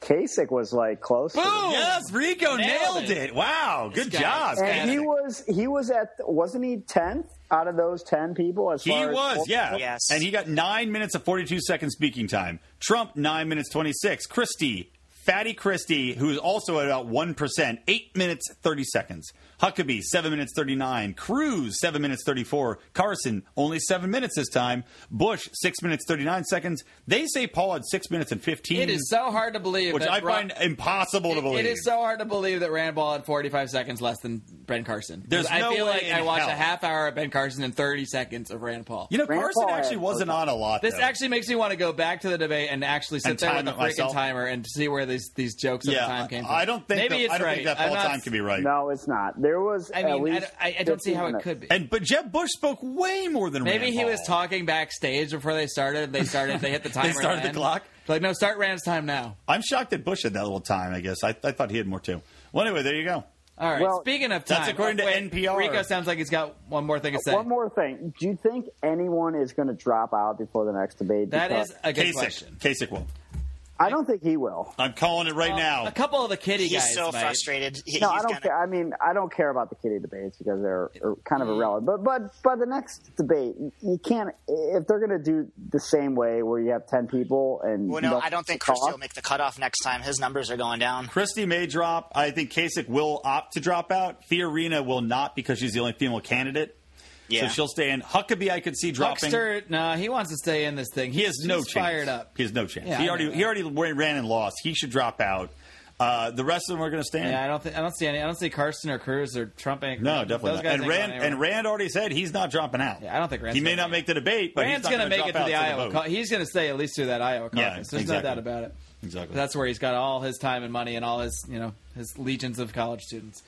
Speaker 5: Kasich was like close. to them.
Speaker 1: Boom!
Speaker 3: Yes, Rico nailed,
Speaker 1: Nailed
Speaker 3: it.
Speaker 1: it.
Speaker 3: Wow, good
Speaker 1: guy
Speaker 3: job.
Speaker 1: is
Speaker 5: And he
Speaker 1: Fantastic.
Speaker 5: was he was at wasn't he tenth out of those ten people as
Speaker 3: He
Speaker 5: far as-
Speaker 3: was, yeah.
Speaker 4: Yes.
Speaker 3: And he got nine minutes of 42 seconds speaking time. Trump, nine minutes 26. Christie, Fatty Christie, who is also at about 1%, eight minutes 30 seconds. Huckabee, seven minutes 39. Cruz, seven minutes 34. Carson, only seven minutes this time. Bush, six minutes 39 seconds. They say Paul had six minutes and 15.
Speaker 1: It is so hard to believe,
Speaker 3: which
Speaker 1: that
Speaker 3: I
Speaker 1: Ra-
Speaker 3: find impossible to
Speaker 1: It-
Speaker 3: believe.
Speaker 1: It is so hard to believe that Rand Paul had 45 seconds less than Ben Carson.
Speaker 3: There's
Speaker 1: I
Speaker 3: no
Speaker 1: feel
Speaker 3: way
Speaker 1: like
Speaker 3: in
Speaker 1: I watched
Speaker 3: hell.
Speaker 1: a half hour of Ben Carson and 30 seconds of Rand Paul.
Speaker 3: you know,
Speaker 5: Rand
Speaker 3: Carson
Speaker 5: Paul
Speaker 3: actually
Speaker 5: had-
Speaker 3: wasn't on a lot.
Speaker 1: This
Speaker 3: though.
Speaker 1: actually makes me want to go back to the debate and actually sit
Speaker 3: And
Speaker 1: there
Speaker 3: time
Speaker 1: with a
Speaker 3: it
Speaker 1: freaking
Speaker 3: myself.
Speaker 1: timer and see where these these jokes at
Speaker 3: yeah,
Speaker 1: the time came from.
Speaker 3: I don't think
Speaker 1: Maybe it's
Speaker 3: that, I don't
Speaker 1: right.
Speaker 3: think that
Speaker 1: I'm
Speaker 3: Paul
Speaker 1: not-
Speaker 3: time can be right.
Speaker 5: No, it's not. There was.
Speaker 1: I
Speaker 5: at
Speaker 1: mean, I,
Speaker 5: least
Speaker 1: don't- I, I don't see
Speaker 5: 15
Speaker 1: how it
Speaker 5: minutes.
Speaker 1: could be.
Speaker 3: And but Jeb Bush spoke way more than
Speaker 1: Maybe
Speaker 3: Rand
Speaker 1: he was
Speaker 3: Paul.
Speaker 1: talking backstage before they started. They started. They hit the timer.
Speaker 3: started the
Speaker 1: then.
Speaker 3: clock?
Speaker 1: Like, no, start Rand's time now.
Speaker 3: I'm shocked that Bush had that little time. I guess I, I thought he had more too. Well, anyway, there you go.
Speaker 1: All right.
Speaker 5: Well,
Speaker 1: Speaking of time,
Speaker 3: that's according to
Speaker 1: wait,
Speaker 3: NPR.
Speaker 1: Rico sounds like he's got one more thing to say.
Speaker 5: One more thing. Do you think anyone is going to drop out before the next debate?
Speaker 1: That
Speaker 5: Because
Speaker 1: is a good
Speaker 3: Kasich,
Speaker 1: question.
Speaker 3: Kasich will.
Speaker 5: I don't think he will.
Speaker 3: I'm calling it right now.
Speaker 1: A couple of the kitty
Speaker 4: He's
Speaker 1: guys.
Speaker 4: so
Speaker 1: might.
Speaker 4: frustrated. He-
Speaker 5: No,
Speaker 4: he's
Speaker 5: I don't
Speaker 4: gonna-
Speaker 5: care. I mean, I don't care about the kitty debates because they're are kind of irrelevant. But but by the next debate, you can't if they're going to do the same way where you have ten people and
Speaker 4: Well,
Speaker 5: you
Speaker 4: no, I don't think
Speaker 5: talk.
Speaker 4: Christie will make the cutoff next time. His numbers are going down.
Speaker 3: Christie may drop. I think Kasich will opt to drop out. Fiorina will not because she's the only female candidate,
Speaker 4: Yeah.
Speaker 3: so she'll stay in. Huckabee, I could see dropping.
Speaker 1: Huckster, no, he wants to stay in this thing.
Speaker 3: he has no chance.
Speaker 1: Fired up.
Speaker 3: He has no chance.
Speaker 1: Yeah,
Speaker 3: he
Speaker 1: I
Speaker 3: already
Speaker 1: know.
Speaker 3: he already ran and lost. He should drop out. Uh, the rest of them are going to stand.
Speaker 1: Yeah, I don't think I don't see any. I don't see Carson or Cruz or Trump. Ain't,
Speaker 3: No, definitely
Speaker 1: Those
Speaker 3: not.
Speaker 1: guys
Speaker 3: And
Speaker 1: ain't going
Speaker 3: Rand and
Speaker 1: anywhere.
Speaker 3: Rand already said he's not dropping out.
Speaker 1: Yeah, I don't think Rand's
Speaker 3: he may
Speaker 1: gonna
Speaker 3: not
Speaker 1: make
Speaker 3: make the debate, but
Speaker 1: Rand's
Speaker 3: he's
Speaker 1: going to
Speaker 3: not
Speaker 1: make it to the Iowa.
Speaker 3: vote.
Speaker 1: co- he's going to stay at least through that Iowa
Speaker 3: Yeah,
Speaker 1: caucus. There's
Speaker 3: exactly.
Speaker 1: no doubt about it.
Speaker 3: Exactly.
Speaker 1: That's where he's got all his time and money and all his you know his legions of college students.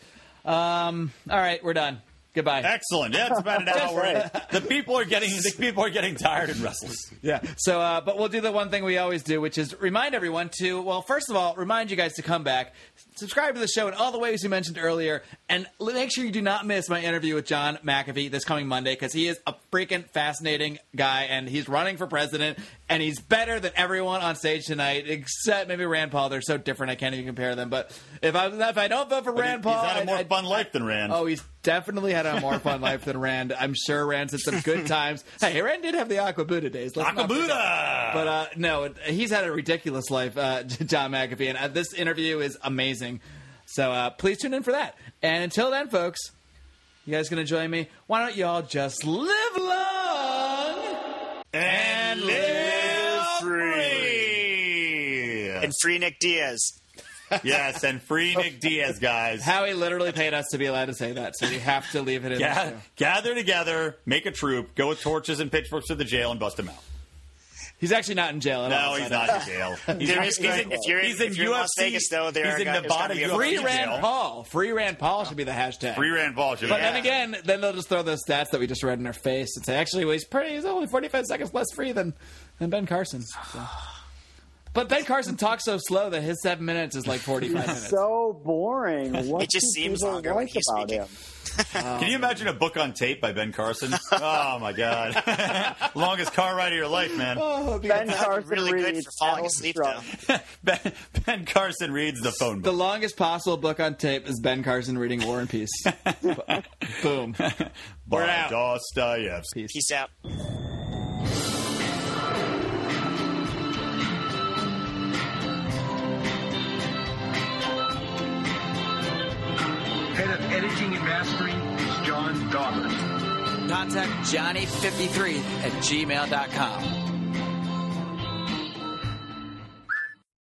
Speaker 1: Um, all right, we're done. Goodbye.
Speaker 3: Excellent. Yeah, that's about an hour. The people are getting the people are getting tired and restless.
Speaker 1: Yeah. So, uh, but we'll do the one thing we always do, which is remind everyone to, well, first of all, remind you guys to come back, subscribe to the show in all the ways we mentioned earlier, and l- make sure you do not miss my interview with John McAfee this coming Monday because he is a freaking fascinating guy and he's running for president and he's better than everyone on stage tonight, except maybe Rand Paul. They're so different, I can't even compare them. But if I if I don't vote for Rand Paul,
Speaker 3: he's had a
Speaker 1: I-
Speaker 3: more
Speaker 1: I-
Speaker 3: fun life than Rand.
Speaker 1: Oh, he's definitely had a more fun life than Rand. I'm sure Rand's had some good times. Hey, Rand did have the Aqua Buddha days. Let's not forget.
Speaker 3: Akabuda.
Speaker 1: But uh, no, it- he's had a ridiculous life, uh, John McAfee, and uh, this interview is amazing. So uh, please tune in for that. And until then, folks, you guys gonna join me? Why don't y'all just live long?
Speaker 3: and live free.
Speaker 4: And free Nick Diaz.
Speaker 3: yes, and free Nick Diaz, guys.
Speaker 1: Howie literally paid us to be allowed to say that, so you have to leave it in.
Speaker 3: Ga-
Speaker 1: there.
Speaker 3: gather together, make a troop, go with torches and pitchforks to the jail and bust him out.
Speaker 1: He's actually not in jail at all.
Speaker 3: No,
Speaker 1: so I
Speaker 3: he's
Speaker 1: don't-
Speaker 3: not in jail. He's,
Speaker 4: There
Speaker 3: not-
Speaker 4: is-
Speaker 3: he's
Speaker 4: he's in- if you're in-
Speaker 3: he's in
Speaker 4: if you're in
Speaker 3: UFC,
Speaker 4: Las Vegas, though, there
Speaker 3: he's in
Speaker 4: are- there's
Speaker 3: Nevada.
Speaker 4: gotta be a-
Speaker 3: UFC
Speaker 1: Free
Speaker 3: jail.
Speaker 1: Rand Paul. Free Rand Paul should be the hashtag.
Speaker 3: Free Rand Paul. should
Speaker 1: But
Speaker 3: be-
Speaker 1: then again, then they'll just throw those stats that we just read in our face and say, actually, well, he's pretty. He's only forty-five seconds less free than than Ben Carson. So. But Ben Carson talks so slow that his seven minutes is like 45 minutes.
Speaker 5: so boring. What
Speaker 4: It just
Speaker 5: do
Speaker 4: seems
Speaker 5: people
Speaker 4: longer when
Speaker 5: like
Speaker 4: he's
Speaker 5: about
Speaker 4: speaking.
Speaker 5: him?
Speaker 3: Can you imagine a book on tape by Ben Carson? oh my god, longest car ride of your life, man.
Speaker 4: That'd
Speaker 5: Ben
Speaker 4: be
Speaker 5: Carson
Speaker 4: really good
Speaker 5: reads
Speaker 4: for falling
Speaker 5: Alan
Speaker 4: asleep,
Speaker 5: Strong.
Speaker 3: Ben, ben Carson reads the phone
Speaker 1: The
Speaker 3: book.
Speaker 1: longest possible book on tape is Ben Carson reading War and Peace. Boom.
Speaker 3: by
Speaker 1: out.
Speaker 3: Dostoevsky.
Speaker 4: Peace out.
Speaker 2: Head of editing and mastering is John Daubert.
Speaker 1: Contact Johnny53 at gmail.com.